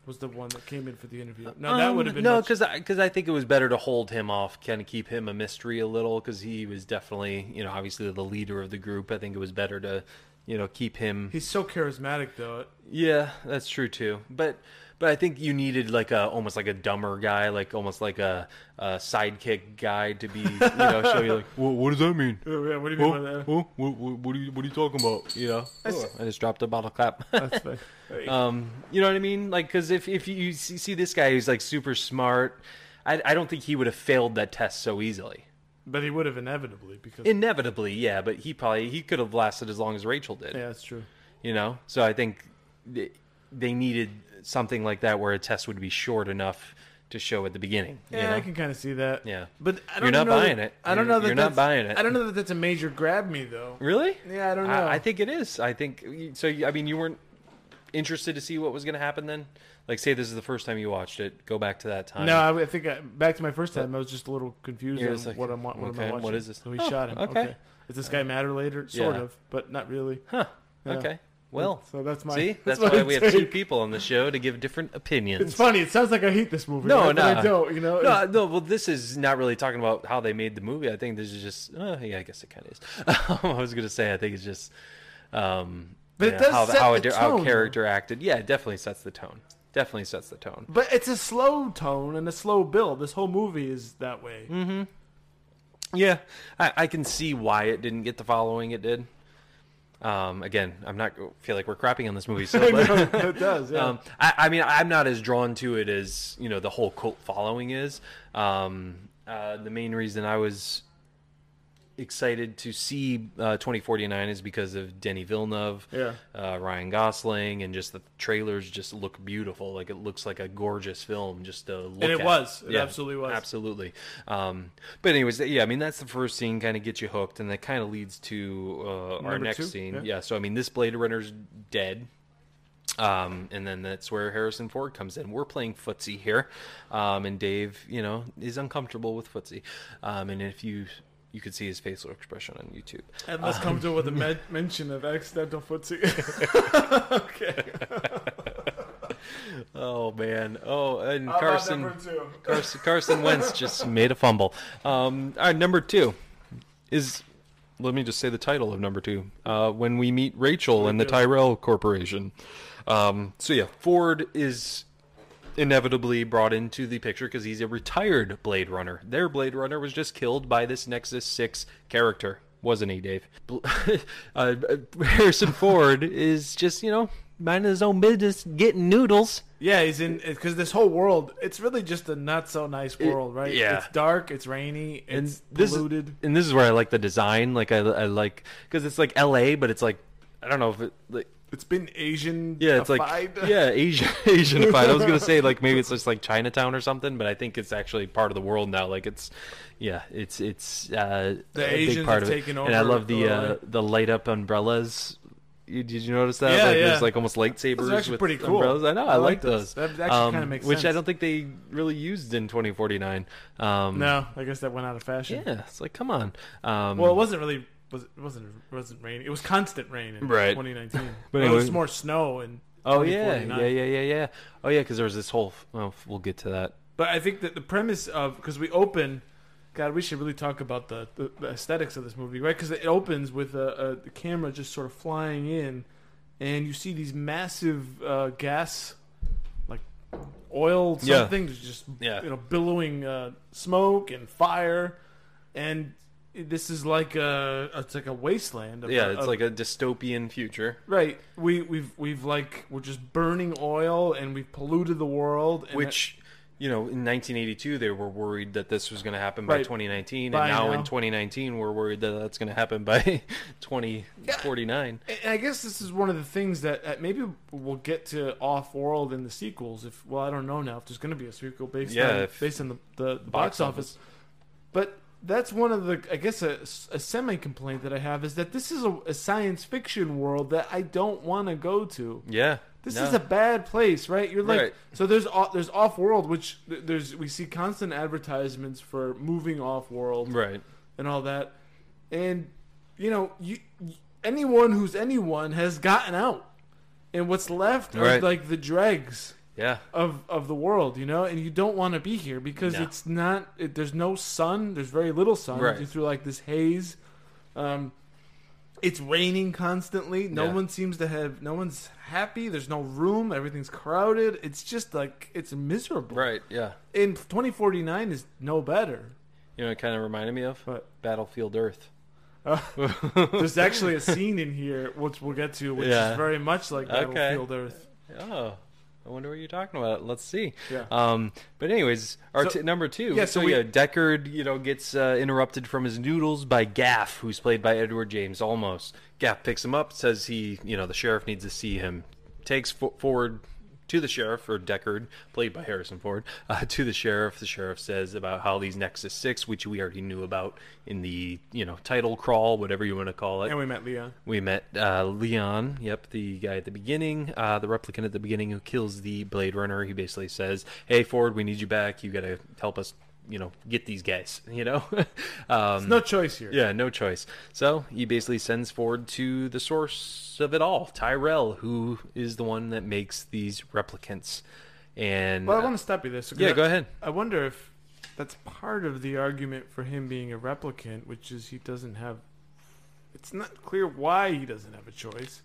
B: was the one that came in for the interview. No, that
A: Um,
B: would have been
A: no
B: much-
A: because because I, think it was better to hold him off, kind of keep him a mystery a little, because he was definitely you know obviously the leader of the group. I think it was better to you know keep him
B: he's so charismatic though.
A: Yeah, that's true too. But but I think you needed like a almost like a dumber guy, like almost like a, a sidekick guy to be you know show you like well, what does that mean?
B: Uh, yeah, What do you mean
A: Well,
B: by that?
A: well, what, what, what, are you, what are you talking about? You know,
B: That's-
A: I just dropped a bottle cap.
B: That's fine.
A: um, you know what I mean? Like, because if if you see, see this guy who's like super smart, I, I don't think he would have failed that test so easily.
B: But he would have inevitably because
A: Inevitably, yeah, but he probably he could have lasted as long as Rachel did.
B: yeah, that's true.
A: you know so i think th- they needed something like that where a test would be short enough to show at the beginning you
B: Yeah,
A: know?
B: I can kind of see that.
A: Yeah.
B: but I
A: You're not
B: don't know
A: buying
B: that,
A: it.
B: I don't
A: You're-
B: know that
A: you're not
B: that's-
A: buying it.
B: I don't know that that's a major grab me though.
A: really
B: Yeah, I don't know.
A: I, think it is i think so you- i mean you weren't interested to see what was going to happen then like say this is the first time you watched it go back to that time
B: No, I, I think I, back to my first time, I was just a little confused
A: You're
B: on
A: just like,
B: what I'm wa- what am
A: okay,
B: I
A: what
B: watching.
A: is this?
B: So he
A: Oh,
B: shot him.
A: okay.
B: Okay. Does this guy matter later? Sort
A: Yeah.
B: of, but not really.
A: huh
B: Yeah.
A: okay well
B: so that's my
A: see that's,
B: my
A: why we have two
B: take.
A: people on the show to give different opinions
B: It's funny. It sounds like I hate this movie.
A: No,
B: right? But
A: no.
B: I don't. You know,
A: No,
B: It's-
A: no. Well, this is not really talking about how they made the movie. I think this is just. Uh, yeah, I guess it kind of is. I was gonna say. I think it's just. Um,
B: But
A: you
B: it
A: know,
B: does
A: how,
B: set
A: how,
B: the
A: a, how
B: tone,
A: a character acted. Yeah, it definitely sets the tone. Definitely sets the tone.
B: but it's a slow tone and a slow build. This whole movie is that way.
A: Yeah, I, I can see why it didn't get the following it did. Um, again, I'm not feel like we're crapping on this movie, so but,
B: it does. Yeah.
A: Um, I, I mean, I'm not as drawn to it as you know the whole cult following is. Um, uh, the main reason I was excited to see uh, 2049 is because of Denny Villeneuve,
B: Yeah.
A: uh, Ryan Gosling, and just the trailers just look beautiful. Like it looks like a gorgeous film just to look.
B: And it
A: at.
B: was. It absolutely was.
A: Absolutely. Um, but anyways, yeah, I mean that's the first scene kind of gets you hooked, and that kind of leads to uh, our
B: Number
A: next
B: two,
A: scene.
B: yeah.
A: yeah. So I mean, this Blade Runner's dead. Um, and then that's where Harrison Ford comes in. We're playing footsie here, um, and Dave, you know, is uncomfortable with footsie. Um, and if you you could see his facial expression on YouTube.
B: and let's come to with a med- mention of accidental footsie. okay.
A: Oh man! Oh, and
B: How about
A: Carson,
B: number two?
A: Carson Carson Wentz just made a fumble. Um, all right, number two is. Let me just say the title of number two. Uh, when we meet Rachel and the Tyrell Corporation. Um, so yeah, Ford is inevitably brought into the picture because he's a retired Blade Runner. Their Blade Runner was just killed by this Nexus 6 character, wasn't he, Dave? Bl- uh, Harrison Ford is just, you know, minding his own business, getting noodles.
B: Yeah, he's in because this whole world. It's really just a not so nice world, right?
A: yeah.
B: It's dark. It's rainy.
A: And
B: It's
A: this is-
B: polluted.
A: and this is where I like the design. Like, I, I like, because it's like LA, but it's like, I don't know if it, like,
B: it's been Asian.
A: Yeah, it's like yeah, Asia Asianified. I was gonna say like maybe it's just like Chinatown or something, but I think it's actually part of the world now. Like it's yeah, it's it's uh,
B: The
A: a big
B: Asians
A: part
B: have
A: of it.
B: taken
A: and I
B: over
A: love the
B: the
A: uh,
B: light.
A: the light up umbrellas. You, did you notice that?
B: Yeah,
A: like,
B: yeah.
A: There's like almost lightsabers
B: Those are actually
A: with
B: pretty cool.
A: umbrellas. I know. I, like those.
B: That actually
A: Um,
B: kinda makes
A: Which I
B: sense.
A: don't think they really used in 2049. Um,
B: No, I guess that went out of fashion.
A: Yeah, it's like come on. Um,
B: Well, it wasn't really. Was it wasn't it wasn't rain. It was constant rain in
A: Right.
B: 2019.
A: But
B: but it was
A: anyway.
B: more snow and.
A: oh yeah, yeah,
B: 2049.
A: yeah, yeah, yeah. Oh yeah, because there was this whole. f- Well, f- we'll get to that.
B: But I think that the premise of because we open, God, we should really talk about the, the, the aesthetics of this movie, right? Because it opens with a, a the camera just sort of flying in, and you see these massive uh, gas, like oil
A: Yeah.
B: something, that's just
A: Yeah.
B: you know billowing uh, smoke and fire, and this is like a it's like a wasteland. Of,
A: Yeah, it's
B: of-
A: like a dystopian future.
B: right. We we've we've like we're just burning oil and we've polluted the world. And
A: which you know in 1982 they were worried that this was going to happen by
B: Right.
A: 2019
B: By
A: and now,
B: now.
A: in 2019 we're worried that that's going to happen by 2049
B: And I guess this is one of the things that uh, maybe we'll get to off world in the sequels. If well, I don't know now if there's going to be a sequel based
A: Yeah,
B: on
A: if-
B: based on the, the, the box, office. But that's one of the I guess a, semi complaint that I have is that this is a, a science fiction world that I don't want to go to.
A: yeah
B: This
A: no.
B: is a bad place, right? You're like
A: Right.
B: so. There's off, there's off world, which th- there's we see constant advertisements for moving off world,
A: right
B: and all that. And you know, you anyone who's anyone has gotten out, and what's left are
A: Right.
B: like the dregs
A: yeah
B: of of the world, you know. And you don't want to be here because
A: No.
B: it's not. It, there's no sun. There's very little sun.
A: Right.
B: You're through like this haze. Um, it's raining constantly. No
A: Yeah.
B: one seems to have. No one's happy. There's no room. Everything's crowded. It's just like it's miserable.
A: right yeah
B: And 2049 is no better.
A: you know it kind of reminded me of
B: But
A: battlefield earth
B: There's actually a scene in here which we'll get to, which
A: Yeah.
B: is very much like
A: Okay.
B: Battlefield Earth.
A: oh I wonder what you're talking about. Let's see.
B: Yeah.
A: Um, but anyways, our
B: So-
A: t- number two.
B: yeah,
A: So,
B: so we-
A: yeah, Deckard, you know, gets uh, interrupted from his noodles by Gaff, who's played by Edward James Almost. Gaff picks him up, says he, you know, the sheriff needs to see him. Takes fo- forward to the sheriff or Deckard, played by Harrison Ford, uh, to the sheriff. The sheriff says about how these Nexus Six, which we already knew about in the, you know, title crawl, whatever you want to call it.
B: And we met Leon.
A: We met uh, Leon, yep, the guy at the beginning, uh, the replicant at the beginning who kills the Blade Runner. He basically says, "Hey Ford, we need you back. You gotta help us, you know, get these guys." You know, um,
B: No choice here.
A: yeah, no choice. So he basically sends Ford to the source of it all, Tyrell, who is the one that makes these replicants. And
B: Well, I want to stop you there. So
A: yeah,
B: I-
A: go ahead.
B: I wonder if that's part of the argument for him being a replicant, which is he doesn't have. It's not clear why he doesn't have a choice.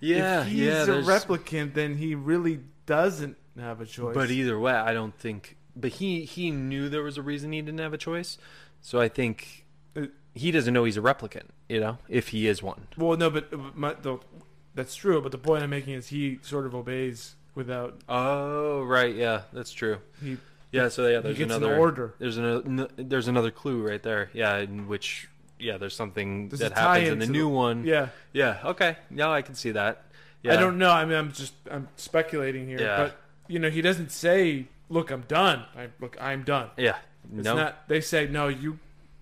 A: yeah,
B: if he's
A: yeah,
B: a
A: there's-
B: replicant, then he really doesn't have a choice.
A: But either way, I don't think. But he he knew there was a reason he didn't have a choice, so I think
B: Uh,
A: he doesn't know he's a replicant. You know, if he is one.
B: well, no, but uh, my, the, that's true. But the point I'm making is he sort of obeys without
A: Oh right, yeah, that's true.
B: he.
A: Yeah, so yeah,
B: He
A: there's
B: gets an
A: another
B: order.
A: There's another there's another clue right there. Yeah, in which yeah, there's something
B: There's a
A: that happens in
B: tie-in
A: the
B: to
A: new
B: the-
A: one.
B: Yeah.
A: yeah, okay, now I can see that. Mm. Yeah,
B: I don't know. I mean, I'm just I'm speculating here.
A: Yeah.
B: But you know, he doesn't say, "Look, I'm done." I, look, I'm done.
A: Yeah,
B: It's
A: no,
B: not. They say, "No, you,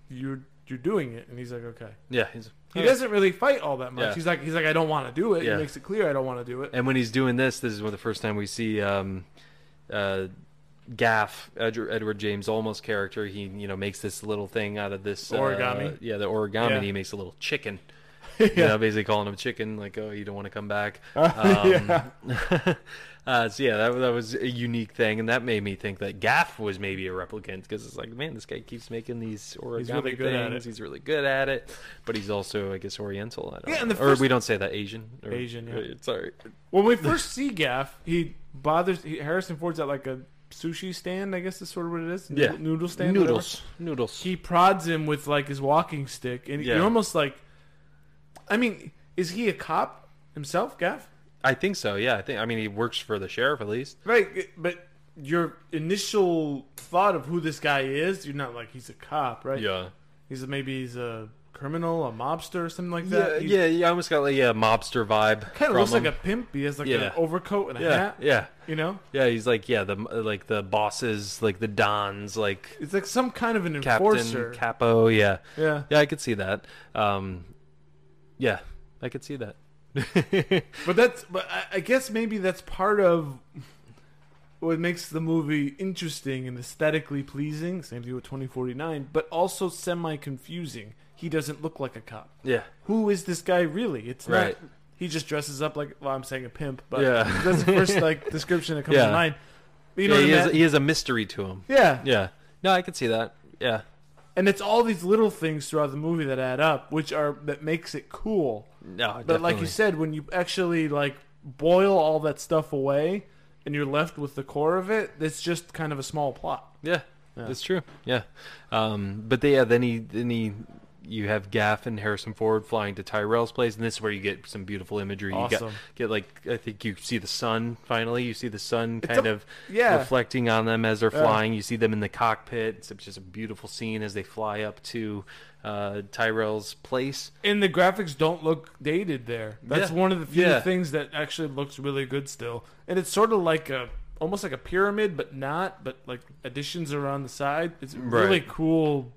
B: you're you're doing it," and he's like, "Okay."
A: yeah. He's,
B: He doesn't really fight all that much.
A: Yeah.
B: He's like, he's like, "I don't want to do it."
A: Yeah.
B: He makes it clear, "I don't want to do it."
A: And when he's doing this, this is one of the first time we see um, uh, Gaff, Edward, Edward James Olmos character. He you know makes this little thing out of this uh,
B: Origami?
A: yeah, the origami.
B: Yeah.
A: And he makes a little chicken. yeah. You know, basically calling him chicken, like, oh, you don't want to come back.
B: yeah.
A: Um, uh, so yeah, that that was a unique thing, and that made me think that Gaff was maybe a replicant because it's like, man, this guy keeps making these origami
B: really good at
A: things.
B: it.
A: He's really good at it, but he's also, I guess, Oriental. I don't
B: Yeah, and
A: know.
B: the
A: or
B: first-
A: we don't say that Asian. Or,
B: Asian, yeah.
A: Sorry,
B: When we first see Gaff, he bothers. He, Harrison Ford's at like a sushi stand. I guess is sort of what it is.
A: Yeah.
B: Noodle- Noodle stand. whatever.
A: noodles, noodles.
B: He prods him with like his walking stick, and
A: Yeah.
B: you're almost like, I mean, is he a cop himself, Gaff?
A: I think so. Yeah, I think. I mean, he works for the sheriff at least.
B: Right, but your initial thought of who this guy is, you're not like he's a cop, right?
A: Yeah.
B: He's a, maybe he's a criminal, a mobster, or something like that.
A: yeah, yeah, yeah. I almost got like yeah, mobster vibe.
B: Kind of
A: from
B: looks
A: him.
B: like a pimp. He has like
A: Yeah.
B: an overcoat and a
A: yeah,
B: hat.
A: yeah,
B: You know,
A: yeah. He's like yeah, the like the bosses, like the dons, like
B: it's like some kind of an
A: captain,
B: enforcer.
A: capo. Yeah,
B: yeah.
A: yeah. I could see that. Um, yeah, I could see that.
B: but that's. But I, I guess maybe that's part of what makes the movie interesting and aesthetically pleasing. Same thing with 2049, but also semi confusing. He doesn't look like a cop.
A: yeah,
B: who is this guy really? It's
A: Right.
B: not. He just dresses up like. Well, I'm saying a pimp, but
A: Yeah.
B: that's the first like description that comes
A: Yeah.
B: to mind. You know
A: yeah. He
B: what I
A: has,
B: mean?
A: he has a mystery to him.
B: yeah.
A: Yeah. No, I could see that. Yeah.
B: and it's all these little things throughout the movie that add up, which are that makes it cool.
A: No,
B: But like you said, when you actually like boil all that stuff away, and you're left with the core of it, it's just kind of a small plot.
A: Yeah, that's true. Yeah, um, but they, yeah, then he, then he, you have Gaff and Harrison Ford flying to Tyrell's place, and this is where you get some beautiful imagery. You
B: Awesome.
A: get, get like I think you see the sun finally. You see the sun kind
B: a-
A: of
B: yeah.
A: reflecting on them as they're flying. You see them in the cockpit. It's just a beautiful scene as they fly up to uh, Tyrell's place.
B: And the graphics don't look dated there. That's
A: Yeah.
B: one of the few
A: Yeah.
B: things that actually looks really good still. And it's sort of like a almost like a pyramid, but not. But like additions around the side. It's a really
A: Right.
B: cool,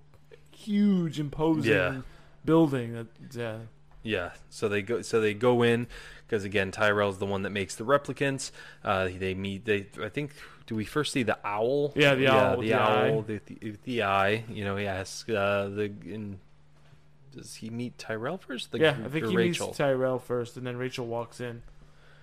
B: huge, imposing
A: Yeah.
B: building. That yeah.
A: Yeah, so they go. So they go in because again, Tyrell's the one that makes the replicants. Uh, they meet. They, I think, do we first see the owl?
B: Yeah, the owl
A: the,
B: with the
A: owl,
B: eye.
A: the, the the eye. You know, he asks uh, the. In, does he meet Tyrell first? The,
B: Yeah,
A: gr-
B: I think
A: or
B: he
A: Rachel.
B: meets Tyrell first, and then Rachel walks in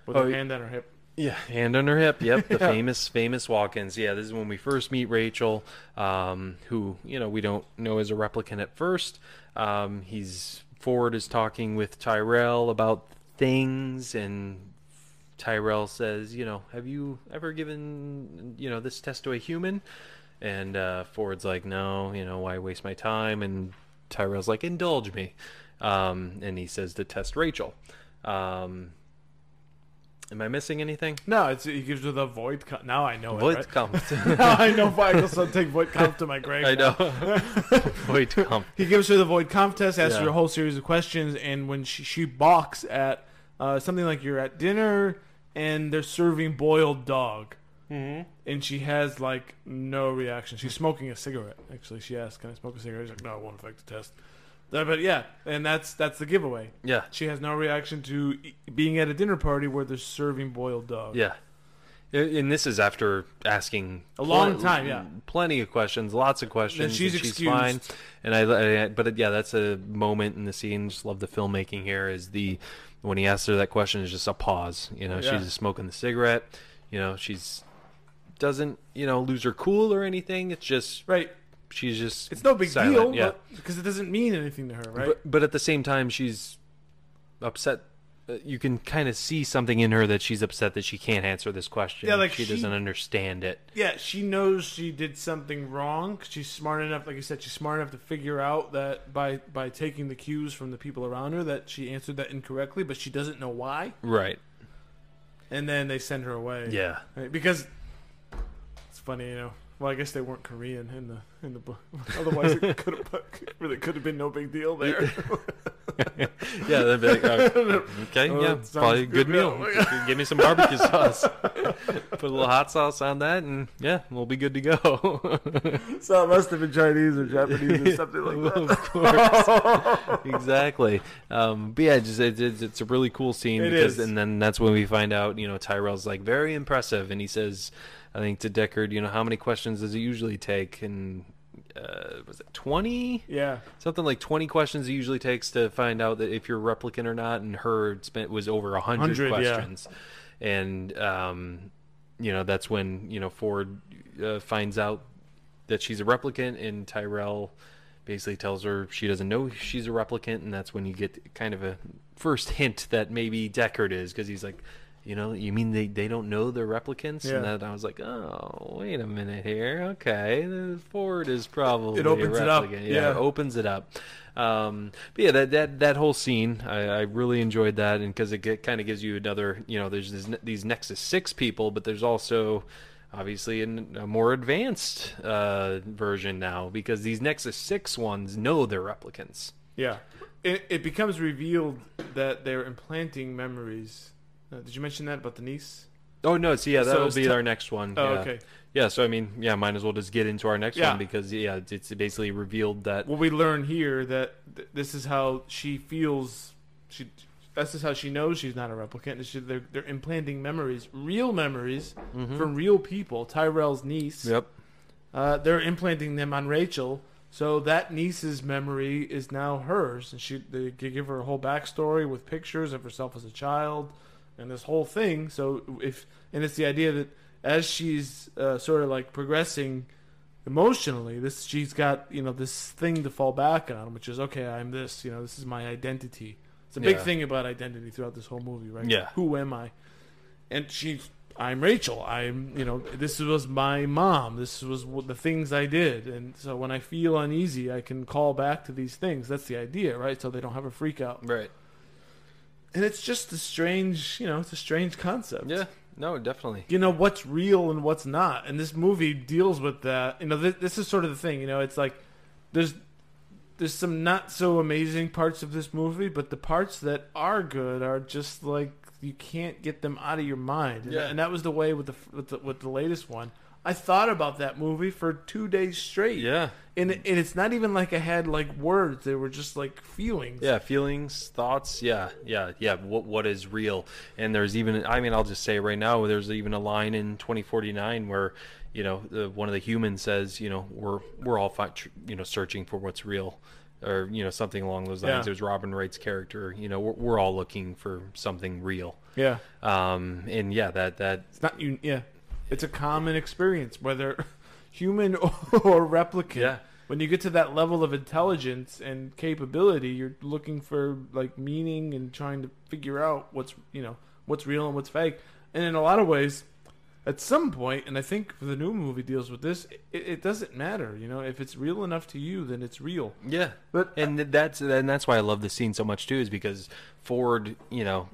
B: with
A: Oh,
B: her
A: y-
B: hand on her hip.
A: Yeah, hand on her hip. Yep, the
B: Yeah.
A: famous, famous walk-ins. Yeah, this is when we first meet Rachel, um, who you know we don't know is a replicant at first. Um, he's Ford is talking with Tyrell about things, and Tyrell says, you know, have you ever given you know this test to a human? And uh, Ford's like, no, you know, why waste my time? And Tyrell's like, indulge me. Um, and he says to test Rachel. Um, Am I missing anything?
B: No, it's he gives her the void. Com- now I know it. Right?
A: Voidkampf.
B: now I know why I will still take void comp to my grave.
A: I know. Voidkampf.
B: He gives her the void comp test, asks
A: Yeah.
B: her a whole series of questions, and when she, she balks at uh, something like you're at dinner and they're serving boiled dog, mm-hmm. and she has like no reaction. She's smoking a cigarette. Actually, she asks, "Can I smoke a cigarette?" She's like, "No, it won't affect the test." Uh, But yeah, and that's that's the giveaway.
A: Yeah.
B: She has no reaction to e- being at a dinner party where they're serving boiled dog.
A: Yeah. And and this is after asking
B: A long time, yeah.
A: plenty of questions, lots of questions. and
B: she's
A: she's
B: excused.
A: fine. And I, I- but yeah, that's a moment in the scene. Just love the filmmaking here. Is the when he asks her that question is just a pause. You know,
B: Yeah.
A: she's smoking the cigarette. You know, she's doesn't you know lose her cool or anything. It's just
B: Right.
A: she's just
B: It's no big
A: silent,
B: deal,
A: Yeah,
B: but- because it doesn't mean anything to her, right?
A: but but at the same time, she's upset. uh, You can kind of see something in her that she's upset that she can't answer this question.
B: Yeah, like
A: she,
B: she-
A: doesn't understand it.
B: yeah, she knows she did something wrong. 'cause She's smart enough, like you said, she's smart enough to figure out that by by taking the cues from the people around her that she answered that incorrectly, but she doesn't know why.
A: Right.
B: And then they send her away.
A: Yeah.
B: Right, because it's funny, you know. Well, I guess they weren't Korean in the in the book. Otherwise, it could have really could have been no big deal there.
A: Yeah. That'd be like, oh, okay.
B: Oh,
A: yeah.
B: that sounds
A: Probably a good Oh
B: good.
A: meal. Give me some barbecue sauce. Put a little hot sauce on that, and yeah, we'll be good to go.
B: so it must have been Chinese or Japanese or something like that.
A: of course. exactly. Um, but yeah, just, it, it's it's a really cool scene.
B: It
A: because,
B: is.
A: And then that's when we find out, you know, Tyrell's like very impressive, and he says, I think to Deckard, you know, how many questions does it usually take? And uh, was it twenty?
B: Yeah.
A: Something like twenty questions it usually takes to find out that if you're a replicant or not. And her spent was over hundred
B: 100, yeah.
A: questions, and um, you know that's when you know Ford uh, finds out that she's a replicant, and Tyrell basically tells her she doesn't know she's a replicant, and that's when you get kind of a first hint that maybe Deckard is, because he's like, you know, you mean they, they don't know they're replicants?
B: Yeah.
A: And that I was like, oh, wait a minute here, okay, the Ford is probably a
B: opens it up,
A: replicant.
B: yeah.
A: it opens it up. Um, but yeah, that that that whole scene, I, I really enjoyed that, and because it get, kind of gives you another, you know, there's this, ne- these Nexus Six people, but there's also obviously an, a more advanced uh, version now because these Nexus Six ones know they're replicants.
B: Yeah. It, it becomes revealed that they're implanting memories. Uh, did you mention that about the niece?
A: Oh no! So yeah,
B: So
A: that'll
B: it's
A: be
B: t-
A: our next one.
B: Oh,
A: yeah.
B: okay.
A: Yeah. So I mean, yeah, might as well just get into our next
B: Yeah.
A: one because yeah, it's basically revealed that
B: Well, we learn here that th- this is how she feels. She this is how she knows she's not a replicant. It's just they're they're implanting memories, real memories from real people. Tyrell's niece.
A: yep,
B: Uh, they're implanting them on Rachel. So that niece's memory is now hers, and she they give her a whole backstory with pictures of herself as a child, and this whole thing. So if and it's the idea that as she's uh, sort of like progressing emotionally, this she's got you know this thing to fall back on, which is okay, I'm this, you know, this is my identity. It's a big
A: Yeah.
B: thing about identity throughout this whole movie, right?
A: Yeah.
B: Who am I? and she's i'm rachel i'm you know this was my mom this was what the things i did and so when i feel uneasy i can call back to these things that's the idea right so they don't have a freak out
A: right.
B: and it's just a strange you know it's a strange concept
A: Yeah. No, definitely.
B: you know what's real and what's not and this movie deals with that you know th- this is sort of the thing you know it's like there's there's some not so amazing parts of this movie but the parts that are good are just like you can't get them out of your mind And-
A: Yeah.
B: and that was the way with the f- with the, with the latest one i thought about that movie for two days straight
A: Yeah.
B: and, it- and it's not even like i had like words they were just like feelings
A: Yeah, feelings, thoughts, yeah, yeah, yeah. What what is real? And there's even, I mean, I'll just say right now, there's even a line in 2049 where, you know, the, one of the humans says, you know, we're we're all fi- tr- you know searching for what's real, or you know something along those lines.
B: Yeah.
A: There's Robin Wright's character, you know, we're, we're all looking for something real.
B: yeah
A: Um, and yeah, that that
B: It's not you. Yeah, it's a common experience, whether human or replicant.
A: Yeah.
B: When you get to that level of intelligence and capability, you're looking for like meaning and trying to figure out what's you know what's real and what's fake. And in a lot of ways, at some point, and I think the new movie deals with this, it, it doesn't matter. You know, if it's real enough to you, then it's real.
A: Yeah,
B: But-
A: and th- that's and that's why I love this scene so much too, is because Ford, you know,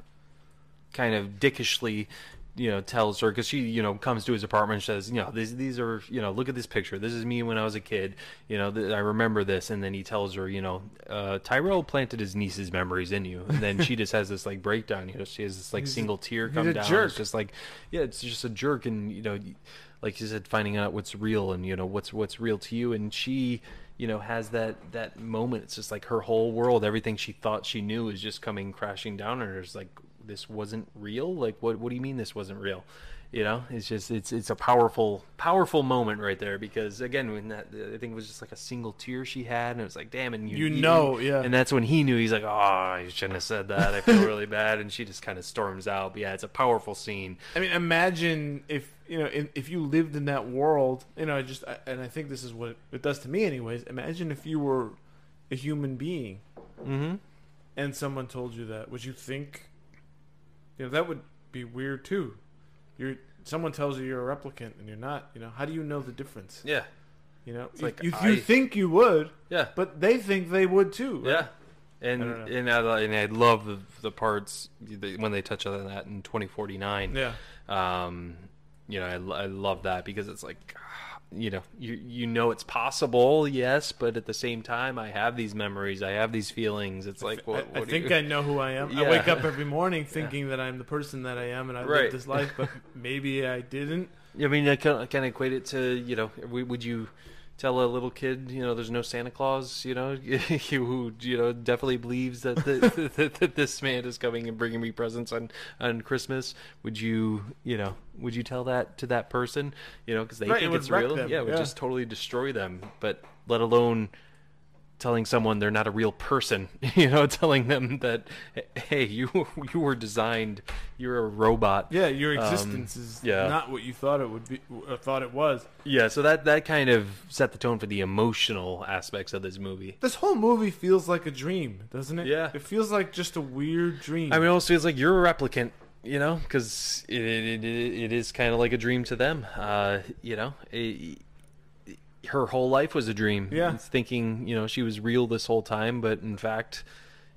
A: kind of dickishly you know tells her because she you know comes to his apartment and says you know these these are you know look at this picture this is me when i was a kid you know th- i remember this and then he tells her you know uh, tyrell planted his niece's memories in you and then she just has this like breakdown you know she has this like single tear come
B: a
A: down
B: jerk.
A: It's just like yeah it's just a jerk and you know like you said finding out what's real and you know what's what's real to you and she you know has that that moment it's just like her whole world everything she thought she knew is just coming crashing down on her it's like this wasn't real like what what do you mean this wasn't real you know it's just it's it's a powerful powerful moment right there because again when that i think it was just like a single tear she had and it was like damn and you,
B: You know, yeah.
A: and that's when he knew he's like oh i shouldn't have said that i feel really bad and she just kind of storms out but yeah it's a powerful scene
B: I mean, imagine if you know in, if you lived in that world. You know, I just I, and I think this is what it does to me, anyways. Imagine if you were a human being,
A: Mm-hmm.
B: and someone told you that. Would you think? You know, that would be weird too. You're someone tells you you're a replicant and you're not. You know, how do you know the difference?
A: yeah
B: You know, you,
A: like
B: you,
A: I-
B: you think you would,
A: yeah
B: but they think they would too. right?
A: Yeah, and
B: I don't know.
A: and I, lo- and I love the, the parts that- when they touch on that in 2049.
B: Yeah.
A: Um, you know, I, lo- I love that because it's like, you know, you you know it's possible, yes, but at the same time, I have these memories, I have these feelings. It's like,
B: I,
A: what,
B: I
A: what do
B: think
A: you,
B: I know who I am.
A: Yeah.
B: I wake up every morning thinking that I'm the person that I am and I
A: Right.
B: lived this life, but maybe I didn't.
A: I mean, I can, I can equate it to you know, w- would you tell a little kid you know there's no Santa Claus you know who you know definitely believes that, the, that, that this man is coming and bringing me presents on on Christmas? Would you you know would you tell that to that person you know because they
B: Right, it
A: think
B: would
A: it's
B: wreck
A: real?
B: them,
A: Yeah, it would
B: yeah.
A: just totally destroy them. But let alone telling someone they're not a real person you know telling them that hey you you were designed you're a robot
B: Yeah, your
A: Um,
B: existence is
A: yeah.
B: not what you thought it would be, or thought it was.
A: Yeah, so that that kind of set the tone for the emotional aspects of this movie.
B: This whole movie feels like a dream, doesn't it?
A: Yeah.
B: It feels like just a weird dream.
A: I mean, also it's like you're a replicant, you know, because it, it, it it is kind of like a dream to them. Uh, you know, it, her whole life was a dream.
B: Yeah.
A: It's thinking you know she was real this whole time, but in fact,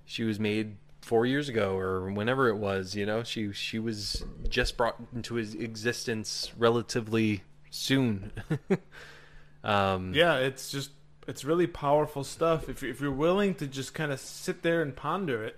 A: she was made four years ago or whenever it was. You know, she she was just brought into his existence relatively soon. um,
B: yeah, it's just, it's really powerful stuff. If, you- if you're willing to just kind of sit there and ponder it,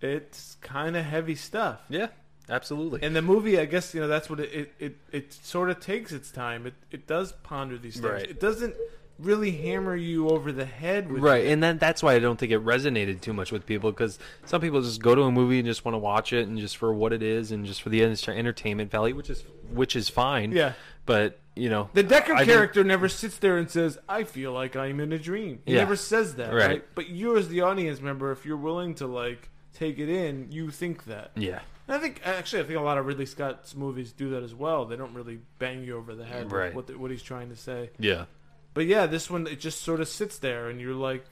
B: it's kind of heavy stuff.
A: yeah, absolutely.
B: And the movie, I guess you know that's what it it, it, it sort of takes its time. It it does ponder these things.
A: Right.
B: It doesn't really hammer you over the head with
A: right and then that's why i don't think it resonated too much with people because some people just go to a movie and just want to watch it and just for what it is and just for the enter- entertainment value which is which is fine
B: Yeah.
A: but you know
B: The Decker
A: I think-
B: character never sits there and says, "I feel like I'm in a dream." He
A: Yeah.
B: never says that,
A: Right.
B: right. But you, as the audience member, if you're willing to like take it in, you think that.
A: yeah
B: And I think actually, I think a lot of Ridley Scott's movies do that as well. They don't really bang you over the head with
A: Right.
B: what the, what he's trying to say.
A: yeah
B: But yeah, this one it just sort of sits there, and you're like,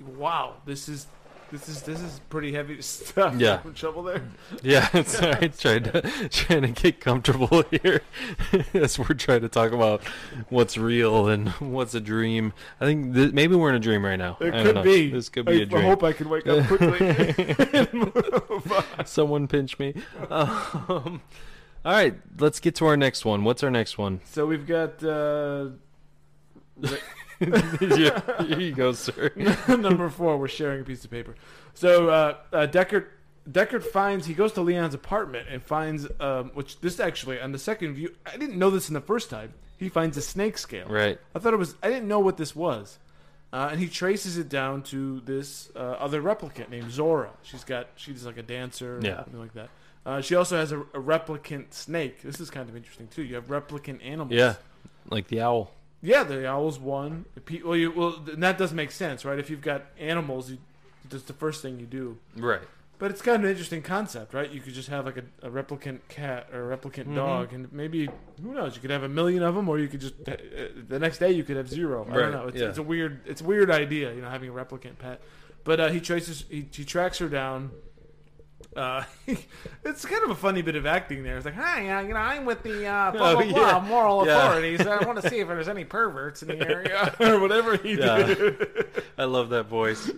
B: "Wow, this is this is this is pretty heavy stuff."
A: Yeah.
B: I'm in trouble there.
A: yeah sorry trying to trying to get comfortable here as we're trying to talk about what's real and what's a dream i think th- maybe we're in a dream right now
B: It
A: I don't
B: could
A: know.
B: be.
A: this could
B: I,
A: be a
B: I
A: dream
B: hope I can wake up quickly.
A: someone pinch me um, all right let's get to our next one what's our next one
B: so we've got uh,
A: yeah, here you go, sir.
B: number four. We're sharing a piece of paper. So uh, uh, Deckard Deckard finds he goes to Leon's apartment and finds um, which this actually on the second view I didn't know this in the first time. He finds a snake scale.
A: Right.
B: I thought it was. I didn't know what this was, uh, and he traces it down to this uh, other replicant named Zora. She's got. She's like a dancer, or
A: Yeah.
B: something like that. Uh, she also has a, a replicant snake. This is kind of interesting too. You have replicant animals.
A: Yeah, like the owl.
B: Yeah, the owls won. Pe- Well, you well th- and that does make sense, right? If you've got animals, you, that's the first thing you do.
A: Right.
B: But it's kind of an interesting concept, right? You could just have like a, a replicant cat or a
A: Mm-hmm.
B: replicant dog, and maybe who knows? You could have a million of them, or you could just uh, the next day you could have zero. I
A: Right,
B: don't know. It's,
A: yeah.
B: it's a weird, it's a weird idea, you know, having a replicant pet. But uh, he traces, he, he tracks her down. Uh, it's kind of a funny bit of acting there. It's like, hi, uh, you know, I'm with the uh, blah,
A: Oh,
B: blah, blah,
A: yeah.
B: moral
A: Yeah.
B: authority, so I want to see if there's any perverts in the area or whatever he
A: Yeah.
B: did.
A: I love that voice.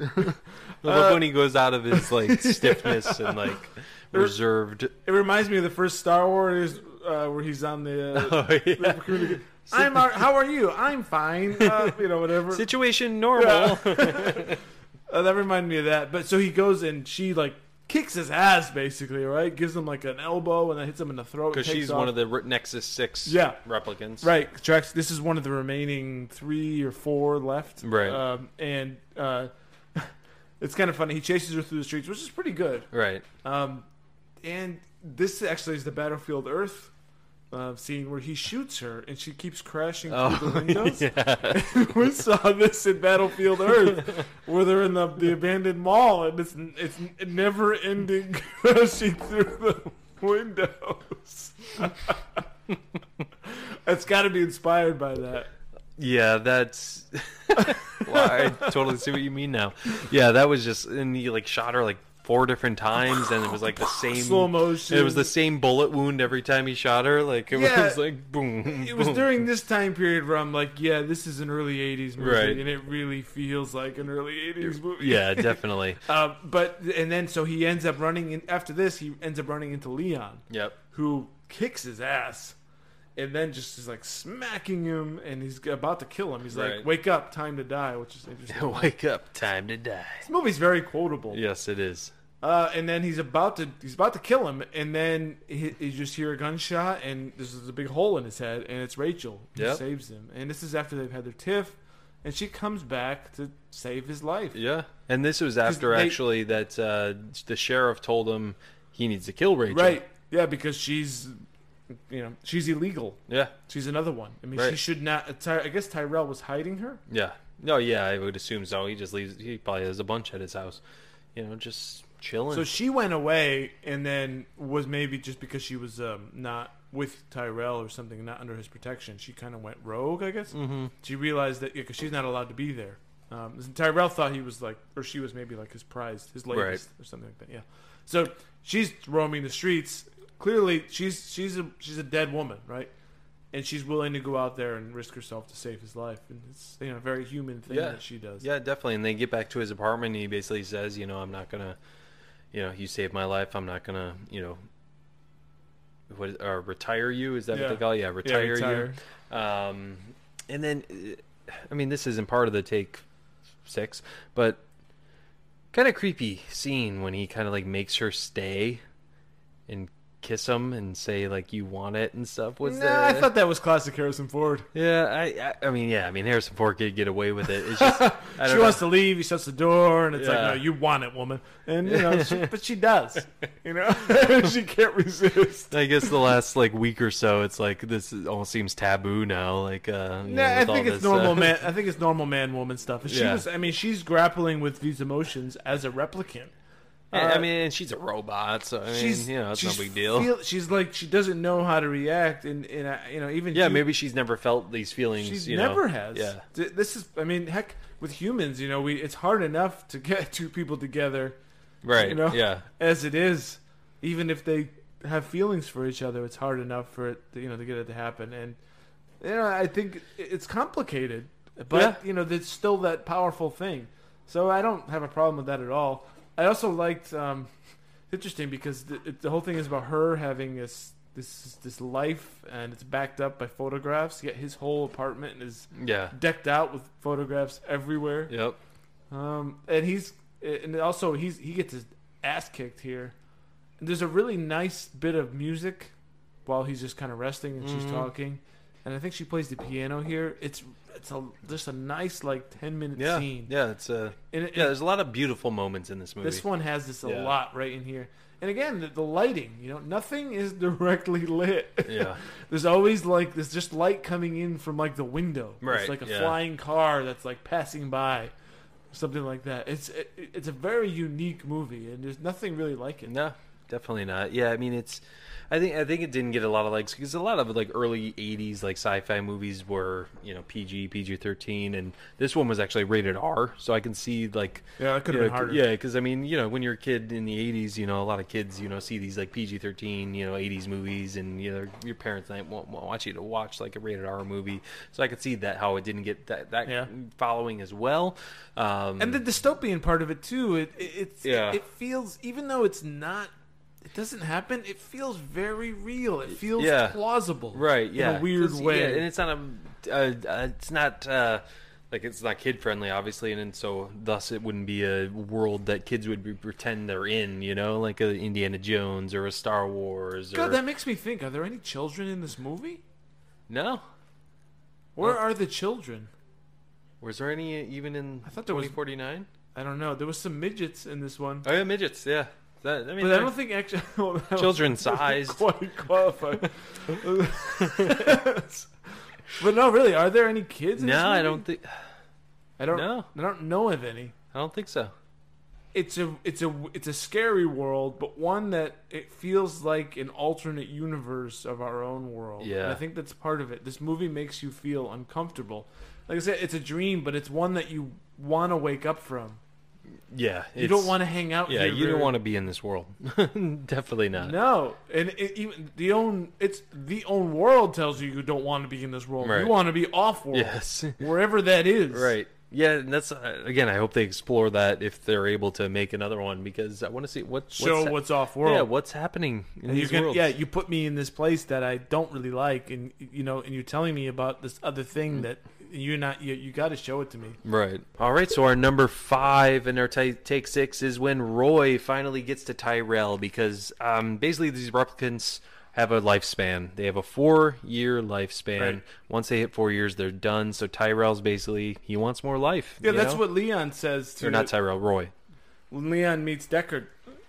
A: I love when he goes out of his like stiffness and like reserved.
B: It reminds me of the first Star Wars uh, where he's on the. Uh,
A: Oh, yeah.
B: the communica- I'm. all- How are you? I'm fine. Uh, you know, whatever.
A: Situation normal.
B: Uh, that reminded me of that. But so he goes and she like kicks his ass basically, right? Gives him like an elbow and then hits him in the throat.
A: Because she's one of the Re- Nexus Six
B: Yeah.
A: replicants.
B: right. Trax. This is one of the remaining three or four left.
A: Right.
B: Um, and uh, it's kind of funny. He chases her through the streets, which is pretty good.
A: Right.
B: Um, and this actually is the Battlefield Earth. Uh, scene where he shoots her and she keeps crashing through
A: Oh,
B: the windows. we saw this in Battlefield Earth, where they're in the, the abandoned mall, and it's it's never ending crashing through the windows. it's got to be inspired by that.
A: Yeah, that's. well, I totally see what you mean now. Yeah, that was just, and he like shot her like four different times, and it was like the same
B: Slow motion.
A: It was the same bullet wound every time he shot her. Like it
B: Yeah.
A: was like boom.
B: It was
A: boom.
B: during this time period where I'm like, yeah, this is an early '80s movie,
A: Right.
B: and it really feels like an early '80s movie.
A: Yeah, definitely.
B: Uh, but and then so he ends up running in, after this he ends up running into Leon
A: Yep.
B: who kicks his ass and then just is like smacking him and he's about to kill him he's
A: Right.
B: like wake up time to die which is interesting
A: Wake up, time to die.
B: this movie's very quotable
A: Yes, it is.
B: uh, and then he's about to he's about to kill him and then he, you just hear a gunshot and this is a big hole in his head and it's Rachel who
A: Yep.
B: saves him and this is after they've had their tiff and she comes back to save his life
A: Yeah, and this was after
B: they-
A: actually that uh, the sheriff told him he needs to kill Rachel.
B: right yeah because she's you know she's illegal
A: Yeah.
B: She's another one. I mean, she
A: Right.
B: should not. uh, Ty, I guess Tyrell was hiding her.
A: Yeah. No. Yeah, I would assume so. He just leaves. He probably has a bunch at his house. You know, just chilling.
B: So she went away, and then was maybe just because she was um, not with Tyrell or something, not under his protection. She kind of went rogue, I guess. Mm-hmm. She realized that because she's not allowed to be there. Um, and Tyrell thought he was like, or she was maybe like his prize, his latest, or something like that. Yeah. So she's roaming the streets. Clearly, she's she's a she's a dead woman, right? And she's willing to go out there and risk herself to save his life, and it's you know a very human thing
A: Yeah.
B: that she does.
A: Yeah, definitely. And they get back to his apartment, and he basically says, you know, I'm not gonna, you know, you saved my life. I'm not gonna, you know, what is- or retire you? Is that what
B: Yeah.
A: they call? it? Yeah, retire,
B: retire.
A: you. Um, and then, uh, I mean, this isn't part of the take six, but kind of creepy scene when he kind of like makes her stay and kiss him and say like you want it and stuff. Was
B: Nah,
A: that?
B: I thought that was classic Harrison Ford.
A: yeah, I, I, I mean, yeah, I mean, Harrison Ford could get away with it. It's just, I don't
B: She
A: know.
B: wants to leave. He shuts the door, and it's like,
A: Yeah.
B: no, you want it, woman. And you know, she, but she does. You know, she can't resist.
A: I guess the last like week or so, it's like this is- almost seems taboo now. Like, uh, you know,
B: Nah, I
A: with all
B: think it's
A: this, uh,
B: normal man. I think it's normal man woman stuff. She
A: Yeah.
B: was. I mean, she's grappling with these emotions as a replicant.
A: Yeah, I
B: Uh,
A: mean, and she's a robot, so I mean,
B: She's
A: you know, it's no
B: she's
A: big deal.
B: feel- she's like she doesn't know how to react, and and I, you know, even
A: yeah,
B: you-
A: maybe she's never felt these feelings.
B: She
A: you know.
B: never has.
A: Yeah,
B: Th- This is, I mean, heck, with humans, you know, we it's hard enough to get two people together
A: right.
B: You know?
A: Yeah,
B: as it is, even if they have feelings for each other, it's hard enough for it, to, you know, to get it to happen. And you know, I think i- it's complicated, but
A: Yeah.
B: you know, there's still that powerful thing. So I don't have a problem with that at all. I also liked. Um, it's interesting because the, it, the whole thing is about her having this this this life, and it's backed up by photographs. Yet his whole apartment is
A: yeah,
B: decked out with photographs everywhere.
A: yep.
B: Um, and he's and also he's he gets his ass kicked here. And there's a really nice bit of music while he's just kind of resting and
A: Mm-hmm.
B: she's talking, and I think she plays the piano here. It's it's a just a nice like ten minute
A: Yeah,
B: scene.
A: yeah. It's uh,
B: And it-
A: yeah. There's a lot of beautiful moments in this movie.
B: this one has this a
A: Yeah.
B: lot right in here. And again, the, the lighting, you know, nothing is directly lit.
A: Yeah.
B: there's always like there's just light coming in from like the window.
A: Right,
B: It's like a
A: yeah.
B: flying car that's like passing by, something like that. It's it, it's a very unique movie, and there's nothing really like it.
A: No, definitely not. Yeah, I mean, it's. I think I think it didn't get a lot of likes because a lot of like early '80s like sci-fi movies were you know PG, PG-13, and this one was actually rated R. So I can see like
B: Yeah, that could've
A: you know,
B: been harder.
A: Yeah, because I mean, you know, when you're a kid in the '80s, you know, a lot of kids, you know, see these like PG-13, you know, '80s movies, and you know, your parents might won't won't want you to watch like a rated R movie. So I could see that how it didn't get that that
B: Yeah.
A: following as well. Um,
B: and the dystopian part of it too. It it it's,
A: Yeah.
B: it, feels even though it's not, it doesn't happen. It feels very real. It feels
A: Yeah.
B: plausible,
A: right? Yeah,
B: in a weird
A: 'Cause,
B: way.
A: yeah, and it's not a, uh, uh, it's not uh, like it's not kid friendly, obviously, and, and so thus it wouldn't be a world that kids would be, pretend they're in, you know, like a Indiana Jones or a Star Wars. Or,
B: God, that makes me think. Are there any children in this movie?
A: no,
B: Where are the children?
A: was there any even in? I
B: thought there was-
A: 49.
B: I don't know. There was some midgets in this one,
A: Oh yeah, midgets. Yeah, that, I mean,
B: but I don't think actually well, that
A: children
B: wasn't
A: sized.
B: quite qualified. but no, really, are there any kids? In this
A: No, I
B: movie?
A: don't think.
B: I don't.
A: No.
B: I don't know of any.
A: I don't think so.
B: it's a it's a it's a scary world, but one that it feels like an alternate universe of our own world.
A: Yeah.
B: and I think that's part of it. This movie makes you feel uncomfortable. Like I said, it's a dream, but it's one that you want to wake up from.
A: Yeah,
B: You don't want to hang out.
A: Yeah,
B: here
A: you don't
B: very-
A: want to be in this world. Definitely not.
B: No, and it, even the own it's the own world tells you you don't want to be in this world.
A: Right.
B: You want to be off world,
A: Yes.
B: wherever that is.
A: Right. Yeah, and that's uh, again. I hope they explore that if they're able to make another one because I want to see what
B: Show
A: hap-
B: what's off world.
A: Yeah, what's happening in
B: And you
A: these
B: can,
A: worlds?
B: yeah, you put me in this place that I don't really like, and you know, and you're telling me about this other
A: Hmm.
B: thing that you're not. You, you got to show it to me.
A: Right. All right. So our number five and our t- take six is when Roy finally gets to Tyrell because um, basically these replicants have a lifespan. They have a four-year lifespan.
B: Right.
A: Once they hit four years, they're done. So Tyrell's basically he wants more life.
B: Yeah,
A: you
B: that's
A: know?
B: what Leon says
A: Or
B: to
A: not Tyrell, Roy.
B: when Leon meets Deckard.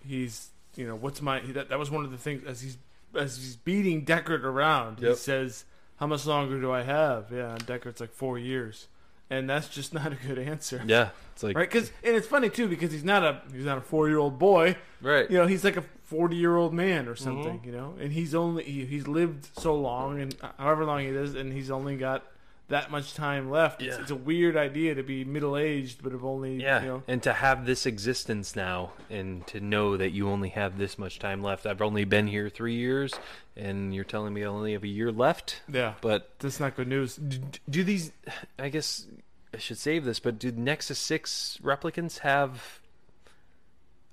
B: He's you know, what's my he, that? That was one of the things as he's as he's beating Deckard around. He
A: Yep.
B: says, "How much longer do I have?" Yeah, and Deckard's like four years, and that's just not a good answer.
A: Yeah. It's like
B: Right, because and it's funny too because he's not a he's not a four year old boy.
A: Right.
B: you know he's like a 40 year old man or something
A: Mm-hmm.
B: you know and he's only he, he's lived so long and uh, however long it is and he's only got that much time left it's,
A: Yeah.
B: it's a weird idea to be middle aged but have only
A: Yeah,
B: you know
A: and to have this existence now, and to know that you only have this much time left. I've only been here three years, and you're telling me I only have a year left.
B: yeah but
A: But
B: that's not good news
A: d- do these? I guess I should save this. But do Nexus Six replicants have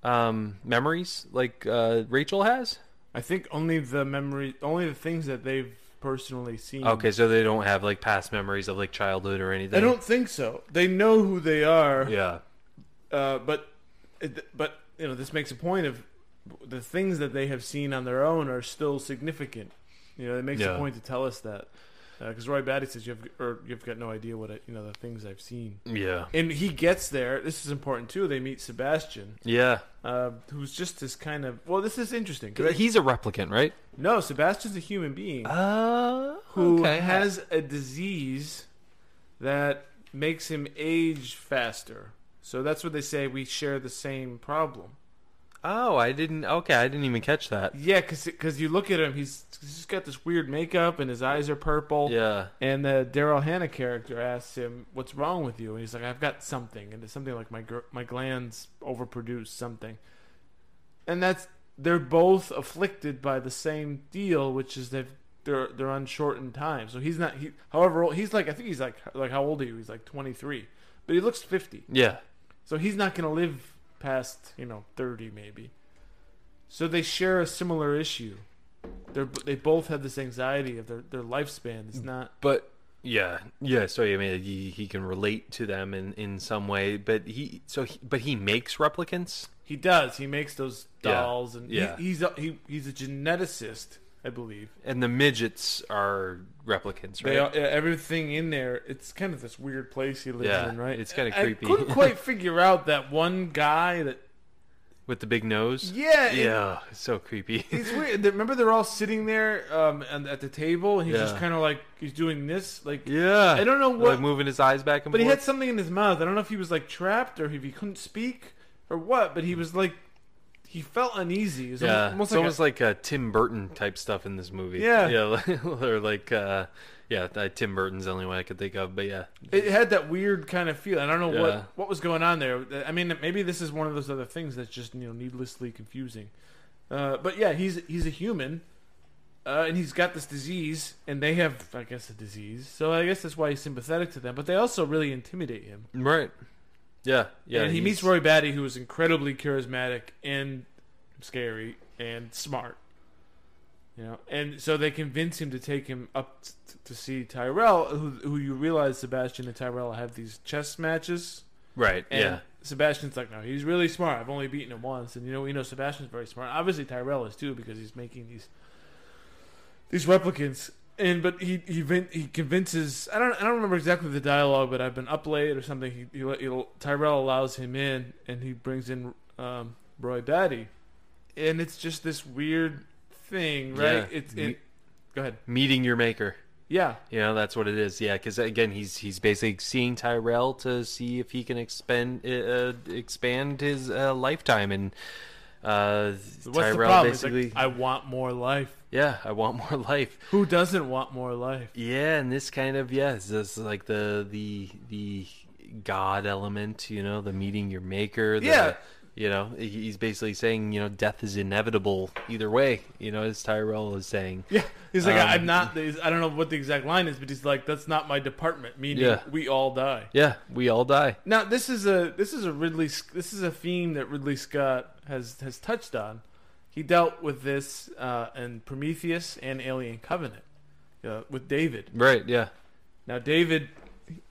A: um, memories like uh, Rachel has?
B: i think only the memory only the things that they've personally seen
A: Okay, so they don't have like past memories of like childhood or anything.
B: Mm. i don't think so they know who they are
A: Yeah.
B: uh, but it- but you know this makes a point of the things that they have seen on their own are still significant. You know, it makes
A: Yeah.
B: a point to tell us that because Roy Batty says you've or you've got no idea what I, you know the things I've seen.
A: Yeah.
B: And he gets there. This is important too. They meet Sebastian,
A: Yeah.
B: uh, who's just this kind of well. This is interesting. 'cause he-
A: He's a replicant, right?
B: no, Sebastian's a human being
A: Uh,
B: who has a disease that makes him age faster. So that's what they say. We share the same problem.
A: Oh, I didn't. Okay, I didn't even catch that.
B: Yeah, because you look at him, he's he's got this weird makeup, and his eyes are purple.
A: Yeah.
B: And the Daryl Hannah character asks him, "What's wrong with you?" And he's like, "I've got something," and it's something like my gr- my glands overproduce something. And that's they're both afflicted by the same deal, which is that they're they're on shortened time. So he's not he, however old he's like I think he's like like how old are you? He's like twenty three, but he looks fifty.
A: Yeah.
B: So he's not going to live past, you know, 30 maybe. So they share a similar issue. They're, they both have this anxiety of their, their lifespan is not.
A: But yeah, yeah. So I mean, he, he can relate to them in in some way. But he so he, but he makes replicants.
B: He does. He makes those
A: Yeah.
B: dolls, and he-
A: Yeah.
B: he's a, he, he's a geneticist, I believe.
A: And the midgets are replicants, right?
B: They all, yeah, everything in there. It's kind of this weird place he lives
A: Yeah,
B: in, right?
A: it's kinda
B: I-
A: creepy.
B: I couldn't quite figure out that one guy that.
A: With the big nose.
B: Yeah, and
A: Yeah. It's so creepy.
B: It's weird. They- Remember, they're all sitting there um, and- at the table, and he's just
A: Yeah.
B: kind of like he's doing this, like
A: yeah.
B: I don't know
A: Like
B: what-
A: moving his eyes back and
B: But he
A: forth.
B: had something in his mouth. I don't know if he was like trapped or if he couldn't speak or what. But he was like, he felt uneasy. It was
A: Yeah,
B: almost
A: it's
B: like
A: almost
B: a-
A: like uh, Tim Burton type stuff in this movie.
B: Yeah.
A: yeah, or like uh, yeah, uh, Tim Burton's the only way I could think of. But yeah,
B: it had that weird kind of feel. I don't know
A: Yeah.
B: what what was going on there. I mean, maybe this is one of those other things that's just you know needlessly confusing. Uh, but yeah, he's he's a human, uh, and he's got this disease, and they have I guess a disease. So I guess that's why he's sympathetic to them. But they also really intimidate him.
A: right. Yeah, yeah.
B: and he meets
A: he's-
B: Roy Batty, who is incredibly charismatic and scary and smart. You know, and so they convince him to take him up t- to see Tyrell, who, who you realize Sebastian and Tyrell have these chess matches.
A: Right.
B: And
A: yeah.
B: Sebastian's like, no, he's really smart. I've only beaten him once, and you know, we know Sebastian's very smart. Obviously, Tyrell is too because he's making these these replicants. And but he he vin- he convinces. I don't I don't remember exactly the dialogue, but I've been up late or something. He, he, let- he'll- Tyrell allows him in, and he brings in um, Roy Batty, and it's just this weird thing, right?
A: Yeah.
B: It's it, go ahead.
A: Meeting your maker.
B: Yeah,
A: You know, that's what it is. Yeah, because again, he's he's basically seeing Tyrell to see if he can expend uh, expand his uh, lifetime and. Uh,
B: what's the
A: Tyrell
B: problem? He's like,
A: basically,
B: I want more life.
A: yeah, I want more life.
B: Who doesn't want more life?
A: Yeah, and this kind of yeah, it's just like the the the God element, you know, the meeting your maker. The,
B: Yeah.
A: you know, he- he's basically saying you know death is inevitable either way. You know, as Tyrell is saying.
B: Yeah, he's like,
A: Um,
B: I- I'm not. he's- I don't know what the exact line is, but he's like, that's not my department. Meaning,
A: Yeah.
B: we all die.
A: Yeah, we all die.
B: Now, this is a this is a Ridley. Sc- This is a theme that Ridley Scott has has touched on. He dealt with this uh, in Prometheus and Alien Covenant uh, with David.
A: Right. Yeah.
B: Now, David,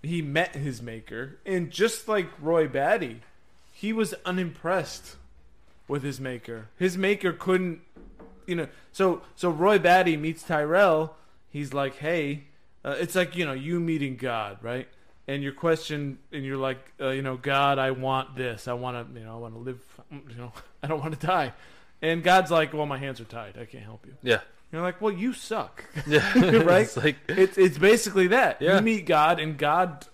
B: he met his maker, and just like Roy Batty, he was unimpressed with his maker. His maker couldn't, you know. So, so Roy Batty meets Tyrell. He's like, hey, uh, it's like you know, you meeting God, right? And your question, and you're like, uh, you know, God, I want this. I want to, you know, I want to live. You know, I don't want to die. And God's like, well, my hands are tied. I can't help you.
A: Yeah.
B: You're like, well, you suck
A: Yeah.
B: Right?
A: it's like
B: it's it's basically that
A: Yeah.
B: you meet God and God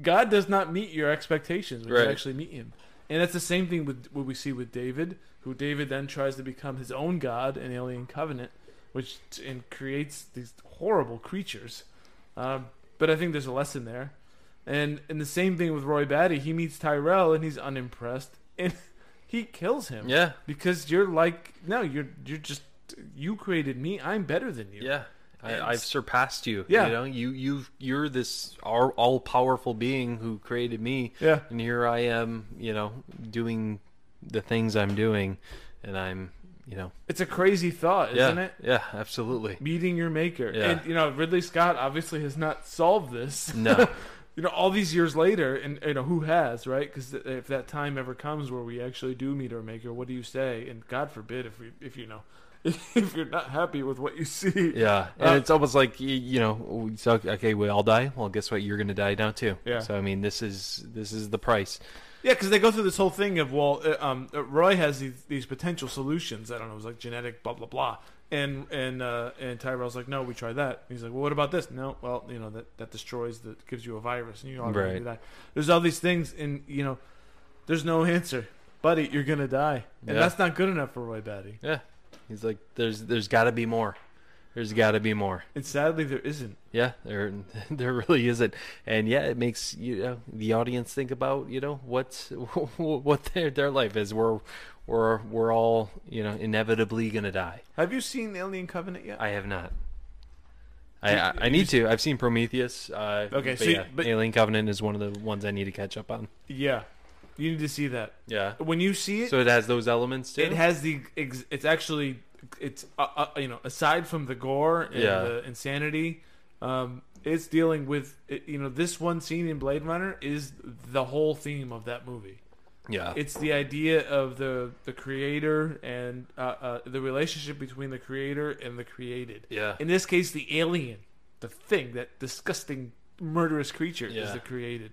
B: God does not meet your expectations when
A: Right.
B: you actually meet Him, and that's the same thing with what we see with David, who David then tries to become his own God in Alien Covenant, which t- and creates these horrible creatures. Um, but I think there's a lesson there, and and the same thing with Roy Batty. He meets Tyrell and he's unimpressed and he kills him.
A: yeah.
B: because you're like no, you're you're just you created me. I'm better than you.
A: Yeah. I,
B: And-
A: I've surpassed you.
B: Yeah.
A: You know, you you you're this all, all powerful being who created me.
B: Yeah.
A: And here I am, you know, doing the things I'm doing, and I'm, you know,
B: It's a crazy thought,
A: yeah,
B: isn't it?
A: yeah, absolutely.
B: Meeting your maker.
A: Yeah. Mm.
B: And you know, Ridley Scott obviously has not solved this.
A: No.
B: you know, all these years later, and you know who has, right? Because if that time ever comes where we actually do meet our maker, what do you say? And God forbid if we, if you know, if you're not happy with what you see.
A: Yeah, and
B: Uh,
A: it's almost like y- you know, we- so, okay, we all die. Well, guess what? You're gonna die now too.
B: Yeah.
A: So I mean, this is this is the price.
B: Yeah, because they go through this whole thing of well, uh, um, uh, Roy has these, these potential solutions. I don't know, it was like genetic, blah blah blah, and and uh, and Tyrell's like, no, we tried that. And he's like, well, what about this? No, well, you know that that destroys, that gives you a virus, and you automatically
A: Right.
B: die. There's all these things, and you know, there's no answer, buddy. You're gonna die, and
A: Yeah.
B: that's not good enough for Roy Batty.
A: Yeah. He's like, there's there's got to be more. There's got to be more.
B: And sadly, there isn't.
A: Yeah, there there really isn't, and yeah, it makes you know the audience think about you know what's what their their life is. We're we're we're all you know inevitably gonna die.
B: Have you seen Alien Covenant yet?
A: I have not. I I, I need to. I've seen Prometheus. Uh,
B: Okay,
A: but
B: so you-
A: yeah,
B: but-
A: Alien Covenant is one of the ones I need to catch up on.
B: yeah, you need to see that.
A: Yeah.
B: When you see it,
A: So it has those elements too.
B: It has the. Ex- it's actually. It's uh, uh, you know aside from the gore and
A: Yeah.
B: the insanity, um, it's dealing with it, you know this one scene in Blade Runner is the whole theme of that movie.
A: yeah.
B: It's the idea of the the creator and uh, uh, the relationship between the creator and the created.
A: Yeah.
B: In this case, the alien, the thing, that disgusting murderous creature is
A: Yeah.
B: the created.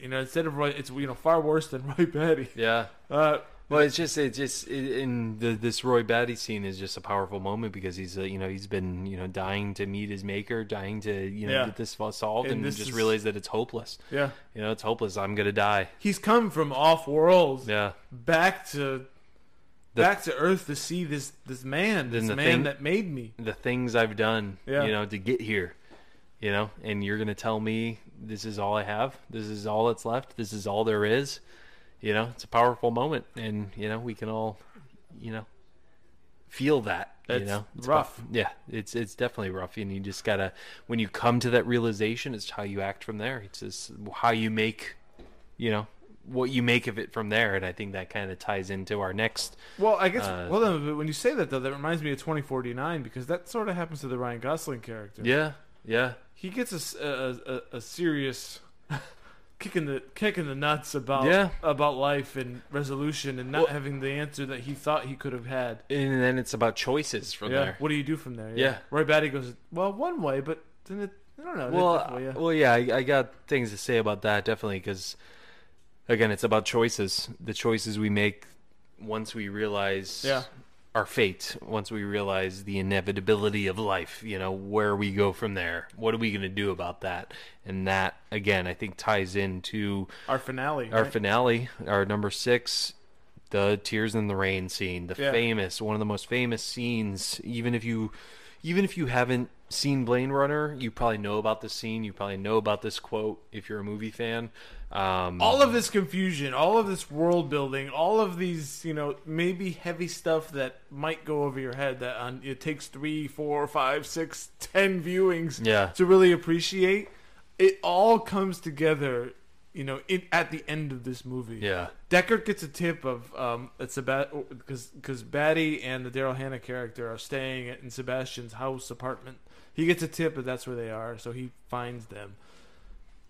B: You know, instead of Roy, it's you know far worse than Roy Batty.
A: yeah.
B: Uh,
A: Well, it's just it's just i in the this Roy Batty scene is just a powerful moment because he's uh, you know he's been you know dying to meet his maker, dying to you know
B: Yeah.
A: get this fo- solved,
B: And
A: and,
B: this
A: just
B: is-
A: realize that it's hopeless.
B: yeah.
A: You know, it's hopeless. I'm gonna die.
B: he's come from off worlds
A: Yeah,
B: back to
A: The-
B: back to Earth to see this this man, this
A: the
B: man
A: thing-
B: that made me.
A: the things I've done,
B: Yeah.
A: you know, to get here. You know, and you're gonna tell me this is all I have, this is all that's left, this is all there is. You know, it's a powerful moment, and you know we can all, you know, feel that. you
B: It's
A: know, It's
B: rough.
A: fu- yeah, it's it's definitely rough, and you just gotta when you come to that realization, it's how you act from there. It's just how you make, you know, what you make of it from there, and I think that kind of ties into our next.
B: Well, I guess.
A: Uh,
B: well, then, but when you say that though, that reminds me of 2049 because that sort of happens to the Ryan Gosling character.
A: Yeah, yeah,
B: he gets a s- a, a- a serious kick in the kick in the nuts about
A: Yeah.
B: about life and resolution and not
A: Well-
B: having the answer that he thought he could have had.
A: and then it's about choices from
B: yeah.
A: there.
B: What do you do from there?
A: Yeah.
B: Roy Batty goes well one way, but then it, I don't know. it
A: well,
B: different way, yeah.
A: uh, well, yeah, I, I got things to say about that definitely because, again, it's about choices. The choices we make once we realize
B: Yeah.
A: our fate, once we realize the inevitability of life. You know, where we go from there. What are we going to do about that? And that, again, I think ties into
B: our finale.
A: uh, our
B: right?
A: finale, our number six, the tears in the rain scene, the
B: Yeah.
A: famous one of the most famous scenes. Even if you, even if you haven't seen Blade Runner, you probably know about this scene. You probably know about this quote if you're a movie fan. Um,
B: all of this confusion, all of this world building, all of these, you know, maybe heavy stuff that might go over your head that on, it takes three, four, five, six, ten viewings
A: Yeah.
B: to really appreciate. It all comes together, you know, it, at the end of this movie.
A: yeah,
B: Deckard gets a tip of um, it's about because because Batty and the Daryl Hannah character are staying at- in Sebastian's house apartment. He gets a tip that that's where they are, so he finds them,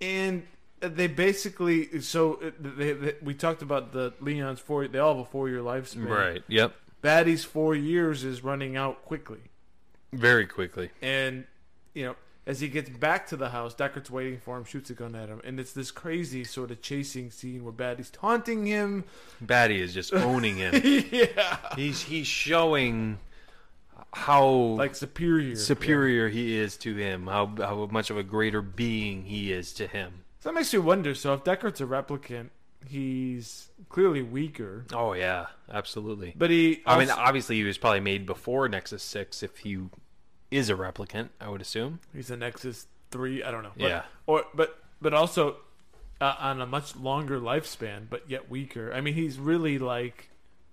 B: and they basically so uh, they, they, we talked about the Leon's four. They all have a four year lifespan.
A: Yep.
B: Batty's four years is running out quickly,
A: Very quickly.
B: and you know as he gets back to the house, Deckard's waiting for him, shoots a gun at him, and it's this crazy sort of chasing scene where Batty's taunting him.
A: Batty is just owning him.
B: yeah.
A: he's he's showing how
B: like superior.
A: superior he is to him. How how much of a greater being he is to him.
B: So that makes you wonder. So if Deckard's a replicant, he's clearly weaker,
A: Oh yeah, absolutely.
B: but he.
A: I mean,
B: also-
A: obviously, he was probably made before Nexus Six. If he is a replicant, I would assume.
B: he's a Nexus three. I don't know. But,
A: Yeah.
B: Or but but also uh, on a much longer lifespan, but yet weaker. I mean, he's really like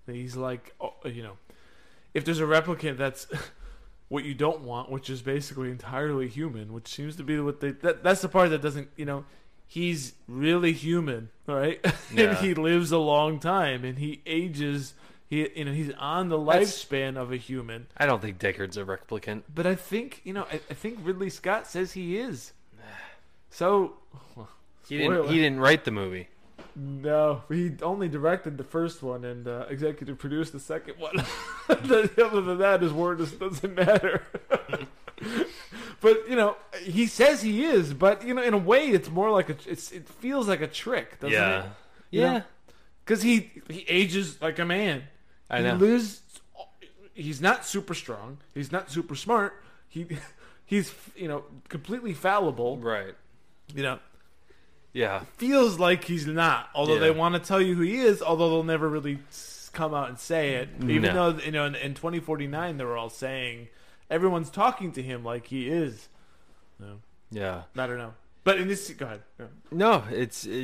B: he's like oh, you know, if there's a replicant that's. What you don't want, which is basically entirely human, which seems to be what they that, that's the part that doesn't you know, he's really human, right?
A: Yeah.
B: and he lives a long time and he ages he you know, he's on the
A: That's-
B: lifespan of a human.
A: I don't think Deckard's a replicant.
B: But I think you know. I, I think Ridley Scott says he is. So
A: He didn't.
B: Spoiler.
A: He didn't write the movie.
B: no, he only directed the first one and uh, executive produced the second one. Other than that, his word just doesn't matter. but you know, he says he is. But you know, in a way, it's more like a. It's, it feels like a trick, doesn't
A: Yeah.
B: it?
A: Yeah.
B: Yeah. Because he he ages like a man.
A: I
B: he
A: know.
B: Lives, he's not super strong. He's not super smart. He he's you know completely fallible.
A: Right.
B: You know
A: Yeah.
B: feels like he's not. Although
A: Yeah.
B: they want to tell you who he is. Although they'll never really s- come out and say it. Even
A: No.
B: though you know in, in 2049 they were all saying everyone's talking to him like he is. No,
A: Yeah.
B: I don't know. But in this, go ahead. Yeah.
A: No, it's i- i-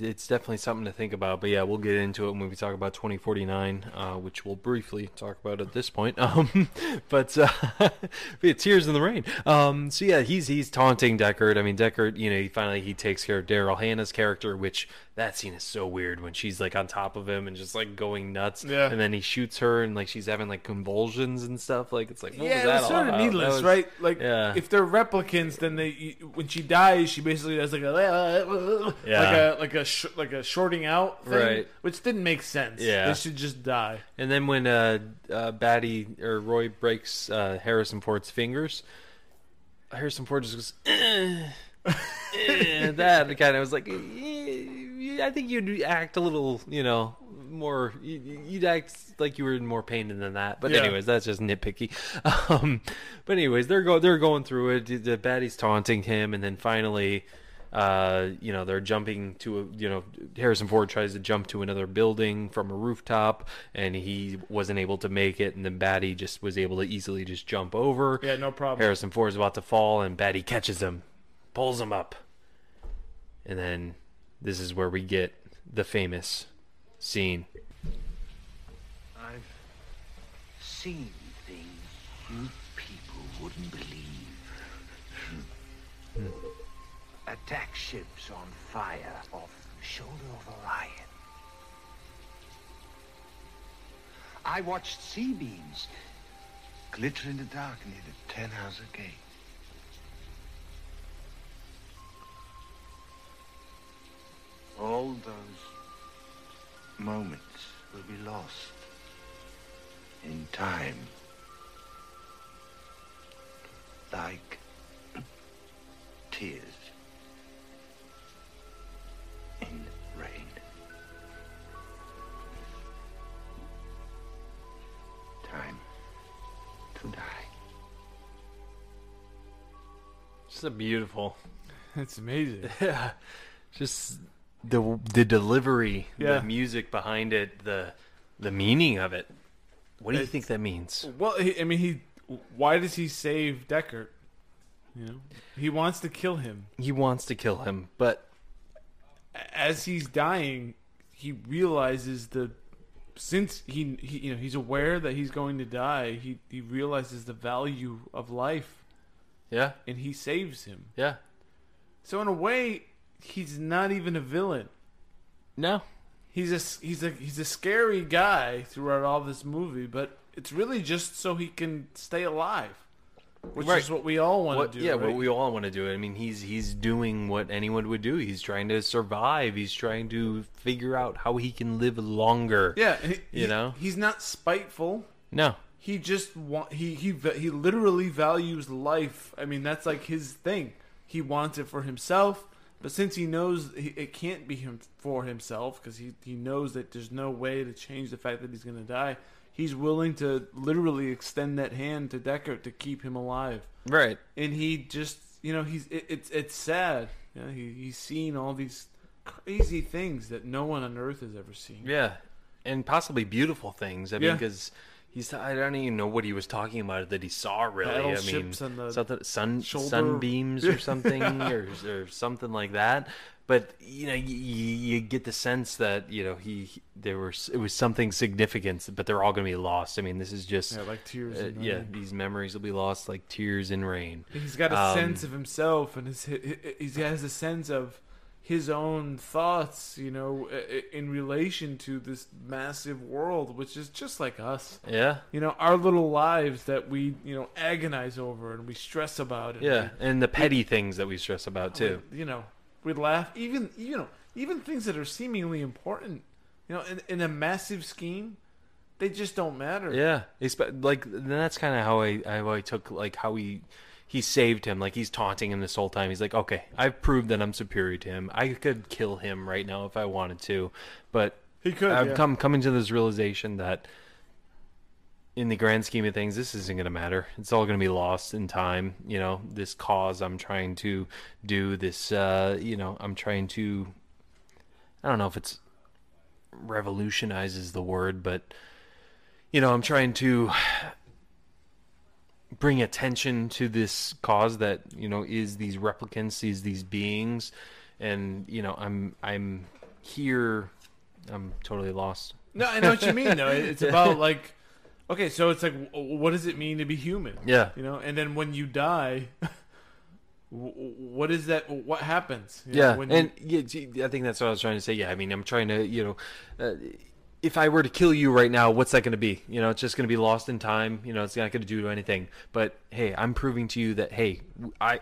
A: it's definitely something to think about. But yeah, we'll get into it when we talk about 2049, uh, which we'll briefly talk about at this point. Um, but uh, yeah, tears in the rain. Um, so yeah, he's he's taunting Deckard. I mean, Deckard, you know, he finally he takes care of Daryl Hannah's character, which that scene is so weird when she's like on top of him and just like going nuts.
B: Yeah.
A: And then he shoots her, and like she's having like convulsions and stuff. Like it's like what was
B: yeah,
A: that
B: it's
A: all
B: sort of
A: about? That
B: needless,
A: was-
B: right? Like,
A: yeah.
B: if they're replicants, then they you- when she dies, she basically does like a
A: Yeah.
B: like a like a sh- like a shorting out, thing,
A: Right.
B: Which didn't make sense.
A: Yeah.
B: they should just die.
A: And then when uh, uh, Batty or Roy breaks uh, Harrison Ford's fingers, Harrison Ford just goes, "Eh, eh," that kind of was like, "Eh, I think you'd act a little, you know, more, you- you'd act like you were in more pain than that. But
B: Yeah.
A: anyways, that's just nitpicky. Um, but anyways, they're go they're going through it. The Batty's taunting him, and then finally, Uh, you know, they're jumping to a, you know, Harrison Ford tries to jump to another building from a rooftop, and he wasn't able to make it. And then Batty just was able to easily just jump over.
B: Yeah, no problem.
A: Harrison Ford's about to fall, and Batty catches him, pulls him up, and then this is where we get the famous scene.
C: I've seen things you people wouldn't believe. Attack ships on fire off the shoulder of Orion. I watched sea beams glitter in the dark near the Ten Hauser Gate. All those moments will be lost in time. Like tears in rain. Time to die.
A: Just a beautiful,
B: That's amazing.
A: just the the delivery,
B: Yeah.
A: the music behind it, the the meaning of it. What do you
B: It's-
A: think that means?
B: Well, he, I mean, he. Why does he save Deckard? You know, he wants to kill him.
A: He wants to kill him, but
B: As he's dying, he realizes the. Since he, he, you know, he's aware that he's going to die. He he realizes the value of life,
A: yeah,
B: and he saves him.
A: yeah,
B: So in a way, he's not even a villain.
A: no,
B: He's a he's a he's a scary guy throughout all this movie, but it's really just so he can stay alive, which
A: Right.
B: is what we all want
A: what,
B: to do.
A: yeah,
B: right?
A: what we all want to do. I mean, he's he's doing what anyone would do. He's trying to survive. He's trying to figure out how he can live longer.
B: Yeah, he-
A: You
B: he-
A: know?
B: he's not spiteful.
A: No,
B: He just want he he va- he literally values life. I mean, that's like his thing. He wants it for himself, but since he knows he, it can't be him for himself because he he knows that there's no way to change the fact that he's going to die. He's willing to literally extend that hand to Deckard to keep him alive,
A: right.
B: and he just you know he's it, it's it's sad. You know, he he's seen all these crazy things that no one on earth has ever seen.
A: Yeah, and possibly beautiful things. I mean,
B: Yeah.
A: 'cause mean, because he's I don't even know what he was talking about that he saw really. I mean,
B: Battleships and the
A: something sun
B: shoulder-
A: sunbeams or something or or something like that. But you know, you, you get the sense that you know he he- there were s- it was something significant, but they're all going to be lost. I mean, this is just
B: Yeah, like tears
A: uh,
B: in
A: yeah,
B: rain.
A: these memories will be lost like tears in rain.
B: He's got a
A: Um,
B: sense of himself, and his he- he he has a sense of his own thoughts, you know, i- i- in relation to this massive world, which is just like us.
A: Yeah,
B: You know, our little lives that we, you know, agonize over and we stress about. And
A: yeah, and the petty things that we stress about
B: we-
A: too.
B: you know, we laugh even you know even things that are seemingly important. You know, in, in a massive scheme, they just don't matter.
A: Yeah, expe- like then that's kind of how I how I took like how he he saved him. Like he's taunting him this whole time. He's like, okay, I've proved that I'm superior to him. I could kill him right now if I wanted to, but
B: He could,
A: I've
B: yeah.
A: come coming to this realization that in the grand scheme of things, this isn't going to matter. It's all going to be lost in time. You know, this cause I'm trying to do this. Uh, you know, I'm trying to. I don't know if it's revolutionizes the word, but you know, I'm trying to bring attention to this cause that you know is these replicants, is these beings, and you know, I'm I'm here. I'm totally lost.
B: No, I know what you mean though. It- It's about like okay, so it's like w- what does it mean to be human?
A: Yeah.
B: You know, and then when you die w- w- what is that what happens? You know,
A: Yeah,
B: when you-
A: and yeah, gee, I think that's what I was trying to say. Yeah, I mean, I'm trying to, you know, uh, if I were to kill you right now, what's that going to be? You know, it's just going to be lost in time. You know, it's not going to do anything. But hey, I'm proving to you that hey, I,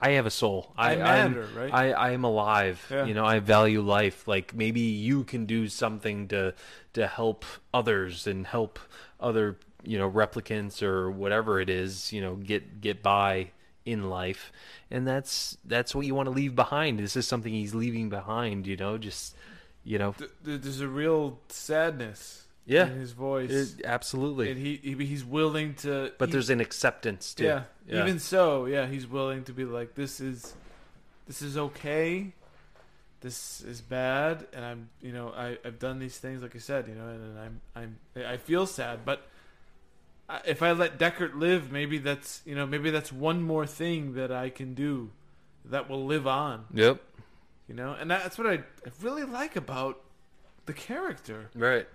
A: I have a soul. I,
B: I
A: I'm-
B: matter, right?
A: I, I am alive.
B: Yeah.
A: You know, I value life. Like maybe you can do something to to help others and help other, you know, replicants or whatever it is. You know, get get by in life, and that's that's what you want to leave behind. This is something he's leaving behind. You know, just you know,
B: th- th- there's a real sadness
A: Yeah.
B: in his voice.
A: it- absolutely.
B: and he, he he's willing to
A: but
B: he-
A: there's an acceptance too.
B: yeah, Even so, yeah, he's willing to be like this is this is okay. This is bad, and I'm, you know, I, I've done these things, like I said, you know, and, and I'm, I'm, I feel sad, but I- if I let Deckard live, maybe that's, you know, maybe that's one more thing that I can do that will live on,
A: Yep.
B: you know, and that's what I, I really like about the character
A: Right.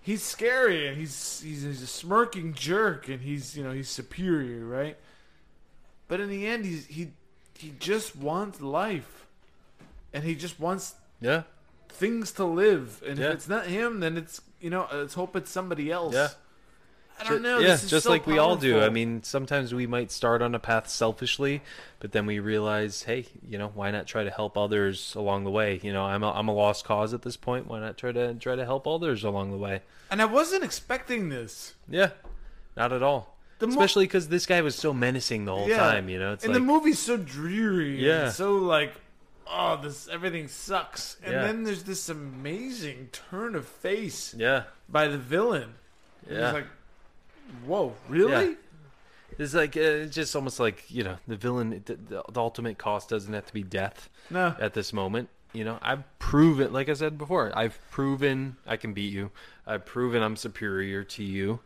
B: he's scary and he's, he's he's a smirking jerk and he's you know he's superior, right? But in the end, he's he he just wants life, and he just wants
A: Yeah.
B: things to live. And
A: Yeah.
B: if it's not him, then it's you know let's hope it's somebody else.
A: Yeah.
B: I don't know.
A: Yeah,
B: this is
A: just
B: so
A: like we all do. I
B: powerful.
A: mean, sometimes we might start on a path selfishly, but then we realize, hey, you know, why not try to help others along the way? You know, I'm a, I'm a lost cause at this point. Why not try to try to help others along the way?
B: and I wasn't expecting this.
A: Yeah, not at all.
B: The mo-
A: Especially because this guy was so menacing the whole time. You know, it's
B: and
A: like
B: the movie's so dreary.
A: Yeah.
B: and so like. Oh, this everything sucks, and
A: Yeah.
B: then there's this amazing turn of face
A: yeah,
B: by the villain. And
A: yeah.
B: He's like, whoa, really?
A: Yeah. It's like uh, it's just almost like you know the villain. The, the, the ultimate cost doesn't have to be death.
B: No.
A: At this moment, you know, I've proven. Like I said before, I've proven I can beat you. I've proven I'm superior to you.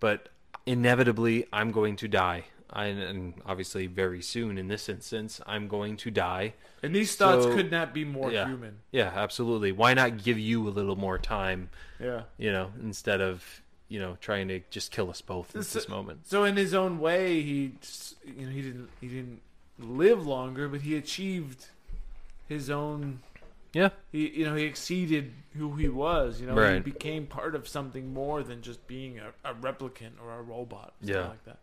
A: But inevitably, I'm going to die. I, and obviously, very soon in this instance, I'm going to die.
B: And these thoughts
A: So-
B: could not be more
A: yeah.
B: human.
A: Yeah, absolutely. Why not give you a little more time?
B: Yeah.
A: You know, instead of you know trying to just kill us both at this moment.
B: So in his own way, he, s- you know, he didn't, he didn't live longer, but he achieved his own.
A: Yeah.
B: He, you know, he exceeded who he was. You know, he
A: Right.
B: became part of something more than just being a, a replicant or a robot. Something
A: Yeah.
B: like that.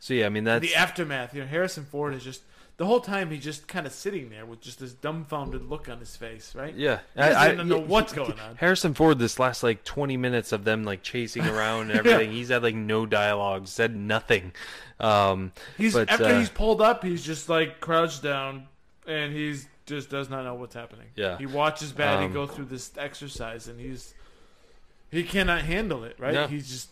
A: So yeah, I mean that's
B: the aftermath. You know, Harrison Ford is just the whole time he's just kind of sitting there with just this dumbfounded look on his face, right?
A: Yeah,
B: doesn't even know what's going on.
A: Harrison Ford, this last like twenty minutes of them like chasing around and everything, he's had like no dialogue, said nothing. Um,
B: He's
A: but,
B: after
A: uh,
B: he's pulled up, he's just like crouched down, and he's just does not know what's happening.
A: Yeah.
B: he watches Batty
A: Um,
B: go through this exercise, and he's he cannot handle it. Right,
A: No.
B: he's just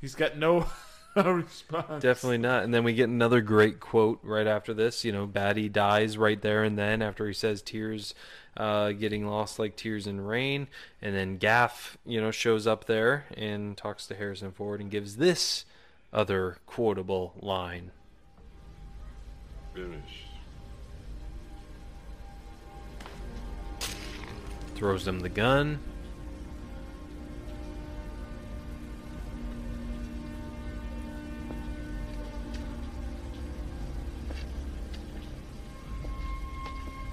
B: he's got no response.
A: definitely not. And then we get another great quote right after this. You know, Batty dies right there and then after he says tears, uh, getting lost like tears in rain, and then Gaff, you know, shows up there and talks to Harrison Ford and gives this other quotable line.
C: Finished.
A: Throws him the gun.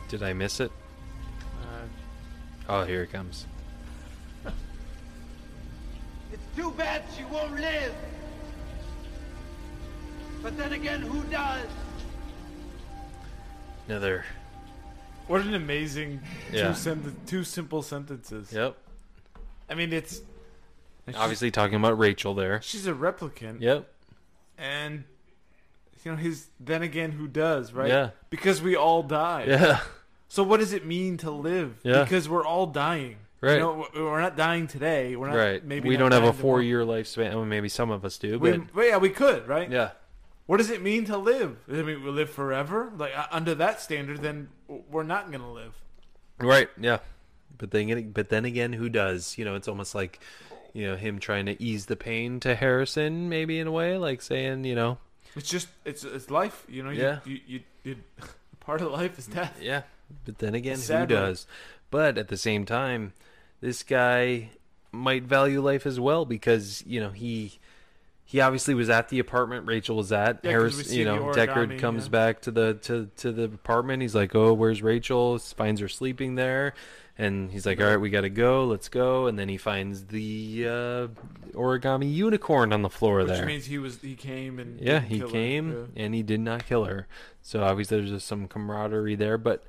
A: Did I miss it?
B: Uh,
A: Oh, here it comes.
D: It's too bad she won't live. But then again, who does?
A: Another.
B: what an amazing
A: Yeah.
B: two sen- two simple sentences.
A: Yep.
B: I mean, it's and she's-
A: Obviously talking about Rachel there.
B: she's a replicant.
A: Yep.
B: and you know his. Then again, who does right?
A: Yeah.
B: because we all die.
A: Yeah.
B: So what does it mean to live?
A: Yeah.
B: Because we're all dying.
A: Right.
B: You know, we- we're not dying today. We're not.
A: Right.
B: Maybe
A: we
B: not
A: don't have a
B: dying tomorrow.
A: four-year lifespan. Well, maybe some of us do,
B: We,
A: but
B: but yeah, we could, right?
A: yeah.
B: What does it mean to live? I mean, we live forever. Like uh, under that standard, then w- we're not going to live.
A: Right. Yeah. But then, but then again, who does? You know, it's almost like, you know, him trying to ease the pain to Harrison, maybe in a way, like saying, you know,
B: It's just it's it's life. You know. You,
A: Yeah.
B: You, you, you, part of life is death.
A: yeah. But then again, who
B: Sadly.
A: does? But at the same time, this guy might value life as well because you know he he obviously was at the apartment Rachel was at.
B: Yeah, 'cause we
A: Harris,
B: see
A: you
B: the
A: know,
B: origami,
A: Deckard comes
B: yeah.
A: back to the to to the apartment. He's like, "Oh, where's Rachel?" Finds her sleeping there, and he's like, "All right, we gotta go. Let's go." And then he finds the uh, origami unicorn on the floor
B: Which
A: there.
B: means he was he came and
A: Yeah,
B: didn't
A: he
B: kill her.
A: came
B: Yeah.
A: and he did not kill her. So obviously there's just some camaraderie there. But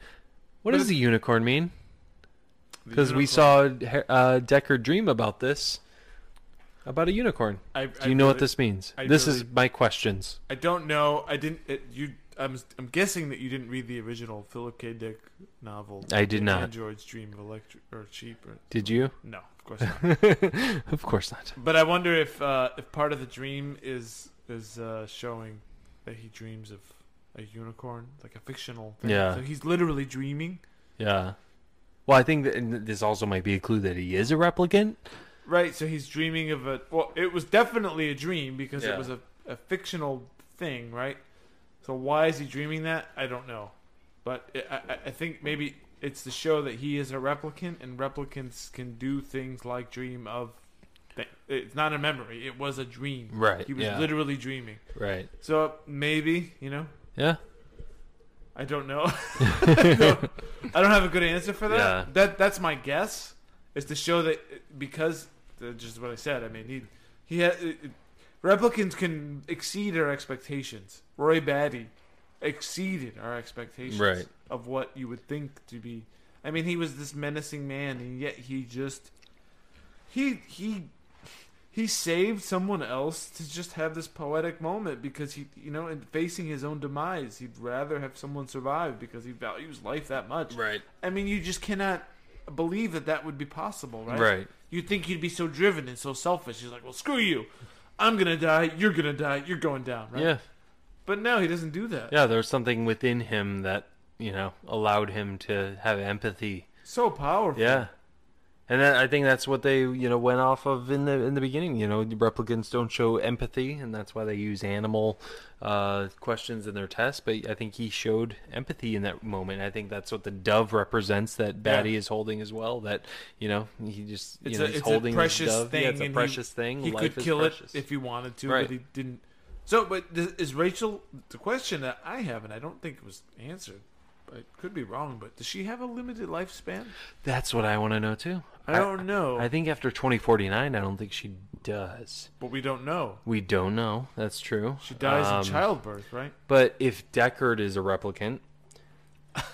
A: what
B: But
A: does
B: it-
A: the unicorn mean?
B: The
A: Because we
B: unicorn-
A: saw uh, Decker dream about this, about a unicorn.
B: I-
A: Do
B: I
A: you know what
B: really-
A: this means?
B: I
A: this
B: really-
A: is my questions.
B: I don't know. I didn't. It, you. I'm. I'm guessing that you didn't read the original Philip K. Dick novel.
A: I did not.
B: Android's Dream of Electric or Cheap. Or,
A: Did you?
B: no, of course not.
A: of course not.
B: but I wonder if uh, if part of the dream is is uh, showing that he dreams of a unicorn, like a fictional thing.
A: Yeah.
B: So he's literally dreaming.
A: Yeah. Well, I think that and this also might be a clue that he is a replicant.
B: Right, so he's dreaming of a. Well, it was definitely a dream because
A: Yeah.
B: it was a, a fictional thing, right? So why is he dreaming that? I don't know. But i I, I- I think maybe it's to show that he is a replicant and replicants can do things like dream of. thi- It's not a memory, it was a dream.
A: Right,
B: He was
A: yeah.
B: literally dreaming.
A: Right.
B: So maybe, you know,
A: Yeah.
B: I don't know. No, I don't have a good answer for that.
A: Yeah.
B: That that's my guess is to show that because uh, just what I said. I mean, he he ha- uh, replicants can exceed our expectations. Roy Batty exceeded our expectations
A: Right.
B: of what you would think to be. I mean, he was this menacing man, and yet he just he he he saved someone else to just have this poetic moment because he you know in facing his own demise he'd rather have someone survive because he values life that much
A: Right.
B: i mean you just cannot believe that that would be possible right
A: Right.
B: you'd think you'd be so driven and so selfish he's like well screw you i'm gonna die you're gonna die you're going down right
A: Yeah.
B: but no he doesn't do that
A: Yeah. There was something within him that you know allowed him to have empathy.
B: so powerful
A: Yeah. And that, I think that's what they you know went off of in the in the beginning. You know, replicants don't show empathy, and that's why they use animal uh, questions in their tests. But I think he showed empathy in that moment. I think that's what the dove represents that Batty
B: Yeah.
A: is holding as well. That you know he just you
B: it's,
A: know
B: a,
A: he's
B: it's
A: holding
B: a
A: his
B: precious
A: dove.
B: thing.
A: Yeah, it's a
B: and he-
A: precious thing.
B: He
A: Life
B: could
A: is
B: kill
A: precious.
B: it if he wanted to,
A: Right.
B: but he didn't. So, but th- is Rachel the question that I have, and I don't think it was answered. I could be wrong, but does she have a limited lifespan?
A: That's what I want to know too.
B: I don't know,
A: I think after 2049, I don't think she does.
B: but we don't know.
A: We don't know. That's true.
B: She dies
A: Um,
B: in childbirth, right?
A: But if Deckard is a replicant,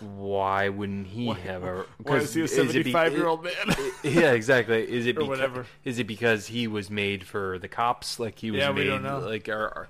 A: why wouldn't he have a?
B: Why is he a
A: because- it be-
B: seventy-five-year-old man?
A: Yeah, exactly. Is it
B: Or
A: beca-
B: whatever.
A: Is it because he was made for the cops? Like he was
B: Yeah,
A: made
B: we don't know.
A: like or, or-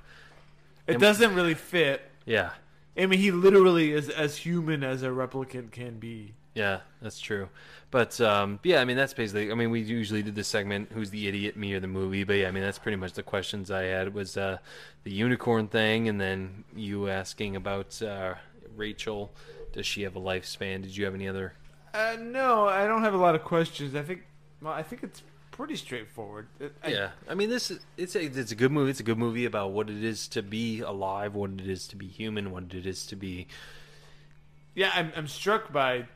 B: it doesn't really fit.
A: yeah.
B: I mean, he literally is as human as a replicant can be.
A: Yeah, that's true. But um, yeah, I mean that's basically. I mean we usually did this segment, "Who's the idiot, me or the movie?" But yeah, I mean that's pretty much the questions I had was uh, the unicorn thing, and then you asking about uh, Rachel. Does she have a lifespan? Did you have any other?
B: Uh, no, I don't have a lot of questions. I think, well, I think it's pretty straightforward. It- I-
A: yeah, I mean this is it's a it's a good movie. It's a good movie about what it is to be alive, what it is to be human, what it is to be.
B: Yeah, I'm, I'm struck by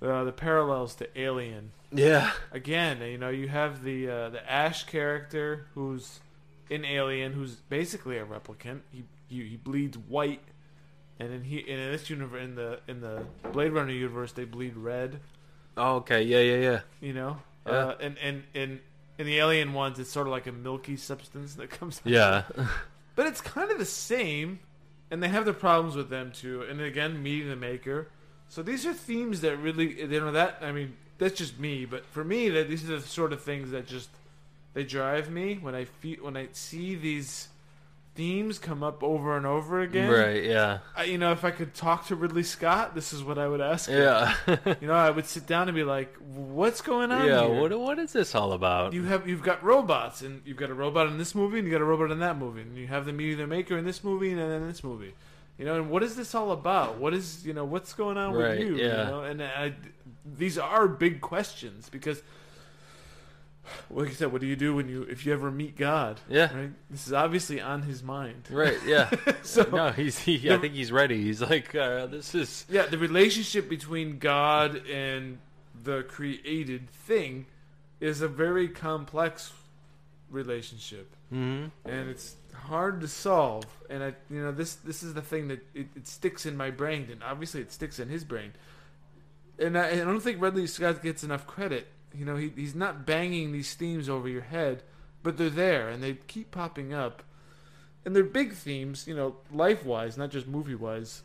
B: uh, the parallels to Alien.
A: Yeah,
B: Again, you know, you have the uh, the Ash character who's in Alien, who's basically a replicant. He he, he bleeds white, and in he and in this universe, in the in the Blade Runner universe, they bleed red.
A: Oh, okay. Yeah. Yeah. Yeah.
B: You know,
A: Yeah.
B: uh, and and in in the Alien ones, it's sort of like a milky substance that comes. out.
A: Yeah.
B: But it's kind of the same, and they have their problems with them too. And again, meeting the maker. So these are themes that really, you know, that I mean, that's just me. But for me, that these are the sort of things that just they drive me when I feel when I see these themes come up over and over again.
A: right. Yeah.
B: I, you know, if I could talk to Ridley Scott, this is what I would ask. him.
A: Yeah.
B: You know, I would sit down and be like, "What's going on?"
A: yeah.
B: here?
A: What What is this all about?
B: you have you've got robots and you've got a robot in this movie and you got a robot in that movie and you have the meeting the maker in this movie and then in this movie you know and what is this all about what is you know what's going on
A: Right,
B: with you
A: yeah.
B: you know and I, these are big questions because like you said what do you do when you if you ever meet god
A: Yeah.
B: right this is obviously on his mind
A: Right. Yeah.
B: so
A: no, he's. He, I think he's ready. He's like, uh, this is.
B: yeah the relationship between god and the created thing is a very complex relationship
A: Mm-hmm.
B: and it's hard to solve. And I, you know, this this is the thing that it, it sticks in my brain, and obviously it sticks in his brain. And I, and I don't think Ridley Scott gets enough credit. You know, he, he's not banging these themes over your head, but they're there and they keep popping up. And they're big themes, you know, life wise, not just movie wise.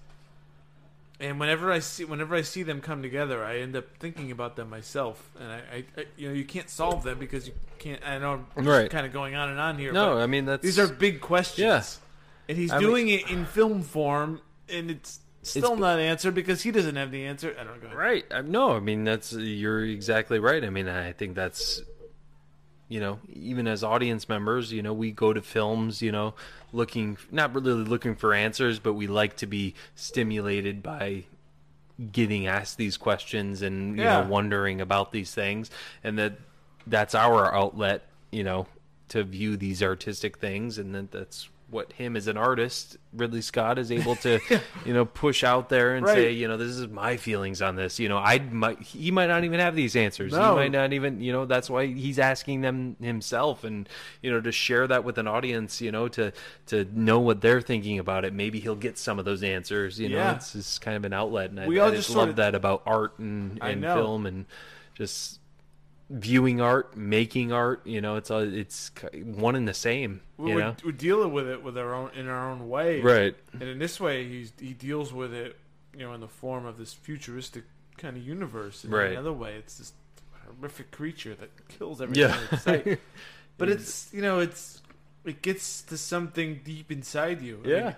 B: And whenever I see whenever I see them come together, I end up thinking about them myself. And I, I, I you know, you can't solve them because you can't. I know I'm
A: Right.
B: kind of going on and on here.
A: No,
B: but-
A: I mean that's.
B: these are big questions.
A: Yeah.
B: And he's
A: I mean-
B: doing it in film form, and it's still not answered because he doesn't have the answer. I
A: Uh,
B: don't know.
A: Right. I, no, I mean that's you're exactly right. I mean, I think that's you know even as audience members you know we go to films you know looking not really looking for answers but we like to be stimulated by getting asked these questions and you
B: Yeah.
A: know wondering about these things and that that's our outlet you know to view these artistic things and that that's what him as an artist ridley scott is able to you know push out there and say
B: Right.
A: you know this is my feelings on this you know i might he might not even have these answers
B: No.
A: he might not even you know that's why he's asking them himself and you know to share that with an audience you know to to know what they're thinking about it maybe he'll get some of those answers you
B: Yeah.
A: know it's just kind of an outlet and I
B: We
A: I
B: all
A: just,
B: just
A: love
B: sorta-
A: that about art and,
B: I
A: and
B: know.
A: film and just viewing art, making art. You know, it's all it's ki- one and the same.
B: We're,
A: you know,
B: we're dealing with it with our own in our own way,
A: Right.
B: And in this way, he's, he deals with it, you know, in the form of this futuristic kind of universe. And
A: Right.
B: In another way, it's this horrific creature that kills everything
A: Yeah.
B: in its sight. But it's you know, it's it gets to something deep inside you. I mean,
A: Yeah.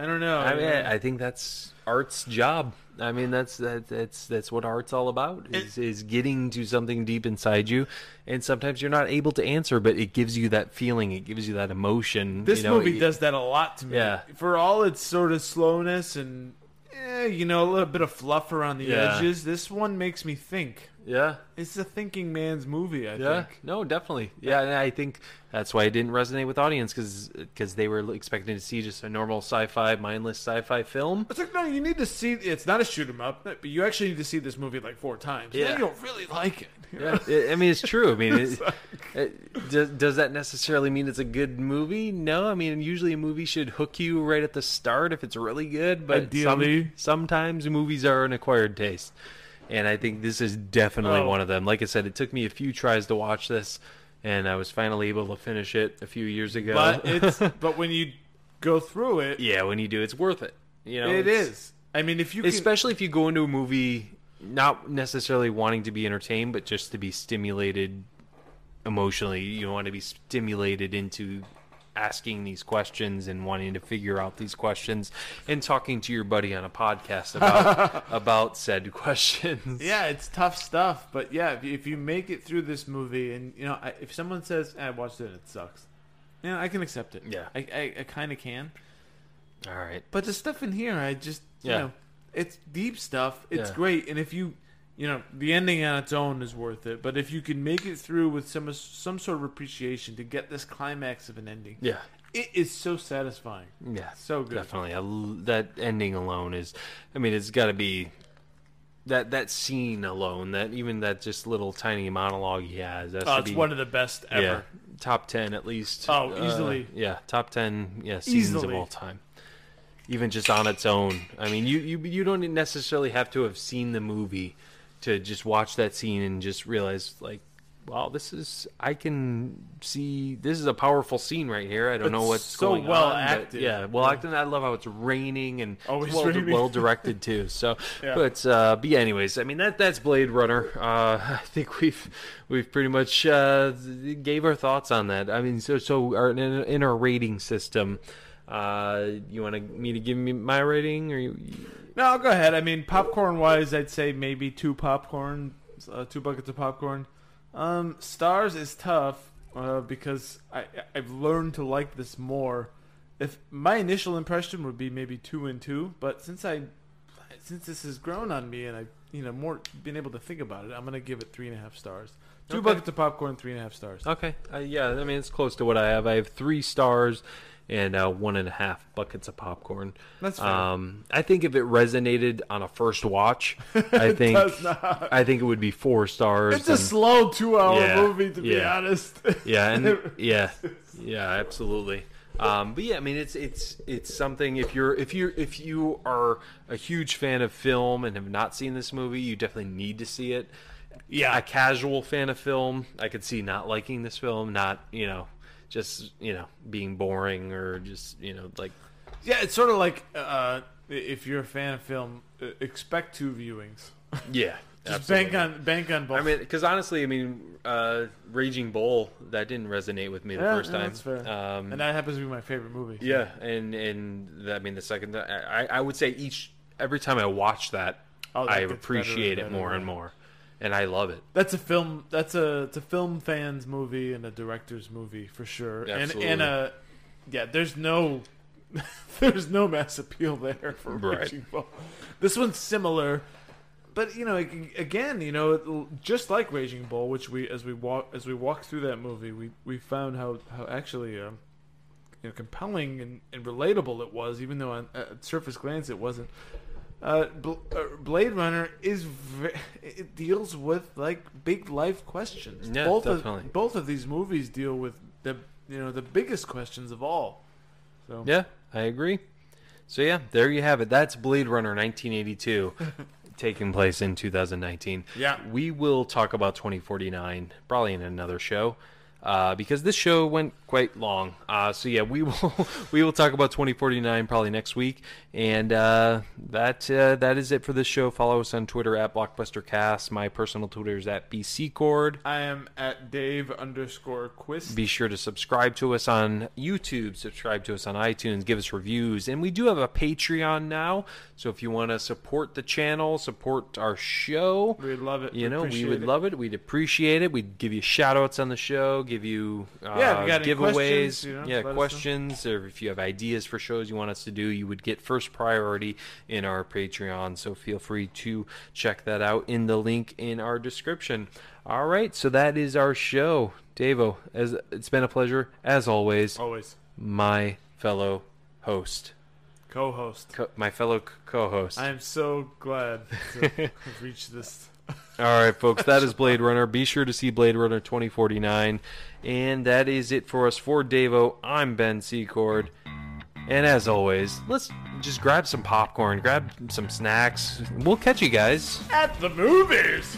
B: I don't know.
A: I mean,
B: you know.
A: I think that's art's job. I mean, that's that, that's that's what art's all about is is getting to something deep inside you, and sometimes you're not able to answer, but it gives you that feeling, it gives you that emotion.
B: This
A: you know,
B: movie
A: it-
B: does that a lot to me.
A: Yeah.
B: For all its sort of slowness and, eh, you know, a little bit of fluff around the
A: Yeah.
B: edges, this one makes me think.
A: Yeah,
B: It's a thinking man's movie, I
A: Yeah,
B: think.
A: no, definitely. Yeah, and I think that's why it didn't resonate with audience because they were expecting to see just a normal sci-fi, mindless sci-fi film.
B: It's like, no, you need to see. It's not a shoot 'em up, but you actually need to see this movie like four times. Yeah.
A: Yeah.
B: Then you'll really like it. you know?
A: Yeah, I I mean it's true. I mean, it, it, does does that necessarily mean it's a good movie? No, I mean usually a movie should hook you right at the start if it's really good, but some-
B: Ideally.
A: sometimes movies are an acquired taste, and I think this is definitely
B: Oh.
A: one of them. Like I said, it took me a few tries to watch this, and I was finally able to finish it a few years ago.
B: But it's but when you go through it,
A: yeah, when you do, it's worth it. You know,
B: it
A: it's-
B: is. I mean, if you can,
A: especially if you go into a movie not necessarily wanting to be entertained but just to be stimulated emotionally you want to be stimulated into asking these questions and wanting to figure out these questions and talking to your buddy on a podcast about about said questions
B: yeah, it's tough stuff. But yeah, if you, if you make it through this movie, and you know, I, if someone says, "Eh, "I watched it and it sucks," you know, I can accept it.
A: Yeah.
B: I I, I kind of can.
A: all right
B: But the stuff in here, I just you
A: Yeah.
B: know, it's deep stuff. It's
A: Yeah.
B: great, and if you you know, the ending on its own is worth it. But if you can make it through with some some sort of appreciation to get this climax of an ending,
A: yeah
B: it is so satisfying.
A: yeah
B: So good.
A: definitely I l that ending alone is i mean it's got to be that that scene alone that even that just little tiny monologue he has that's
B: Oh, it's one of the best ever.
A: Yeah, top ten at least.
B: Oh,
A: Uh,
B: easily.
A: yeah, top ten. Yeah, seasons
B: Easily.
A: of all time. Even just on its own. I mean, you you you don't necessarily have to have seen the movie to just watch that scene and just realize like. Wow, this is I can see this is a powerful scene right here. I don't know
B: It's
A: what's
B: so
A: going
B: well
A: on. but
B: acted.
A: Yeah, well acted. I love how it's raining and
B: Oh,
A: it's
B: it's
A: well,
B: raining.
A: well directed too. So,
B: Yeah.
A: but uh, but yeah, anyways, I mean that that's Blade Runner. Uh, I think we've we've pretty much uh, gave our thoughts on that. I mean, so so our, in, in our rating system, uh, you want me to give me my rating or you,
B: No, I'll go ahead. I mean, popcorn wise, I'd say maybe two popcorn, uh, two buckets of popcorn. Um, stars is tough uh, because I I've learned to like this more. If my initial impression would be maybe two and two, but since I since this has grown on me and I you know more been able to think about it, I'm gonna give it three and a half stars. Two
A: Okay.
B: buckets of popcorn, three and a half stars.
A: okay? Uh, yeah, I mean it's close to what I have. I have three stars and uh, one and a half buckets of popcorn.
B: That's fair.
A: Um, I think if it resonated on a first watch, I think
B: does not.
A: I think it would be four stars.
B: It's a
A: and-
B: slow two-hour
A: Yeah,
B: movie, to be
A: yeah.
B: honest.
A: yeah and yeah yeah absolutely um but yeah i mean it's it's it's something if you're if you're if you are a huge fan of film and have not seen this movie you definitely need to see it yeah a casual fan of film i could see not liking this film not you know just you know being boring or just you know like
B: Yeah, it's sort of like uh, if you're a fan of film, uh, expect two viewings.
A: yeah
B: Just
A: absolutely.
B: bank on bank on both.
A: I mean, because honestly, I mean, uh, Raging Bull that didn't resonate with me the
B: Yeah,
A: first
B: yeah,
A: time.
B: that's fair.
A: Um,
B: and that happens to be my favorite movie.
A: Yeah, and and the, I mean the second ti- I I would say each every time I watch that
B: Oh, that
A: I
B: gets better and
A: appreciate it
B: better,
A: more and
B: yeah.
A: more. and I love it.
B: That's a film. That's a it's a film fans movie and a director's movie for sure.
A: Absolutely.
B: And and a yeah, there's no there's no mass appeal there for
A: Right.
B: Raging Bull. This one's similar, but you know, ag- again, you know, it- just like Raging Bull, which we as we walk as we walk through that movie, we we found how how actually. Um, you know, compelling and, and relatable it was, even though on at surface glance it wasn't. Uh, Bl- uh, Blade Runner is ve- it deals with like big life questions.
A: Yeah,
B: both
A: definitely.
B: of both of these movies deal with the you know the biggest questions of all. So
A: Yeah, I agree. So yeah, there you have it. That's Blade Runner 1982, taking place in 2019.
B: Yeah.
A: we will talk about 2049 probably in another show. Uh, because this show went quite long, uh, so yeah, we will we will talk about 2049 probably next week, and uh, that uh, that is it for this show. Follow us on Twitter at BlockbusterCast. My personal Twitter is at BCCord.
B: I am at Dave underscore Quist.
A: Be sure to subscribe to us on YouTube, subscribe to us on iTunes, give us reviews, and we do have a Patreon now. So if you want to support the channel, support our show,
B: We'd love it.
A: You
B: We'd
A: know, we
B: appreciate
A: would
B: it.
A: love it. We'd appreciate it. We'd give you shout outs on the show, give you uh,
B: Yeah, if you got any
A: giveaways,
B: questions, you know,
A: yeah,
B: let us know.
A: questions, or if you have ideas for shows you want us to do, you would get first priority in our Patreon. So feel free to check that out in the link in our description. All right, so that is our show. Davo, as it's been a pleasure as always,
B: Always
A: my fellow host,
B: co-host.
A: co- my fellow co-host.
B: I am so glad to have reached this.
A: All right, folks, that is Blade Runner. Be sure to see Blade Runner 2049. And that is it for us. For Davo, I'm Ben Secord. And as always, let's just grab some popcorn, grab some snacks. We'll catch you guys
B: At the movies.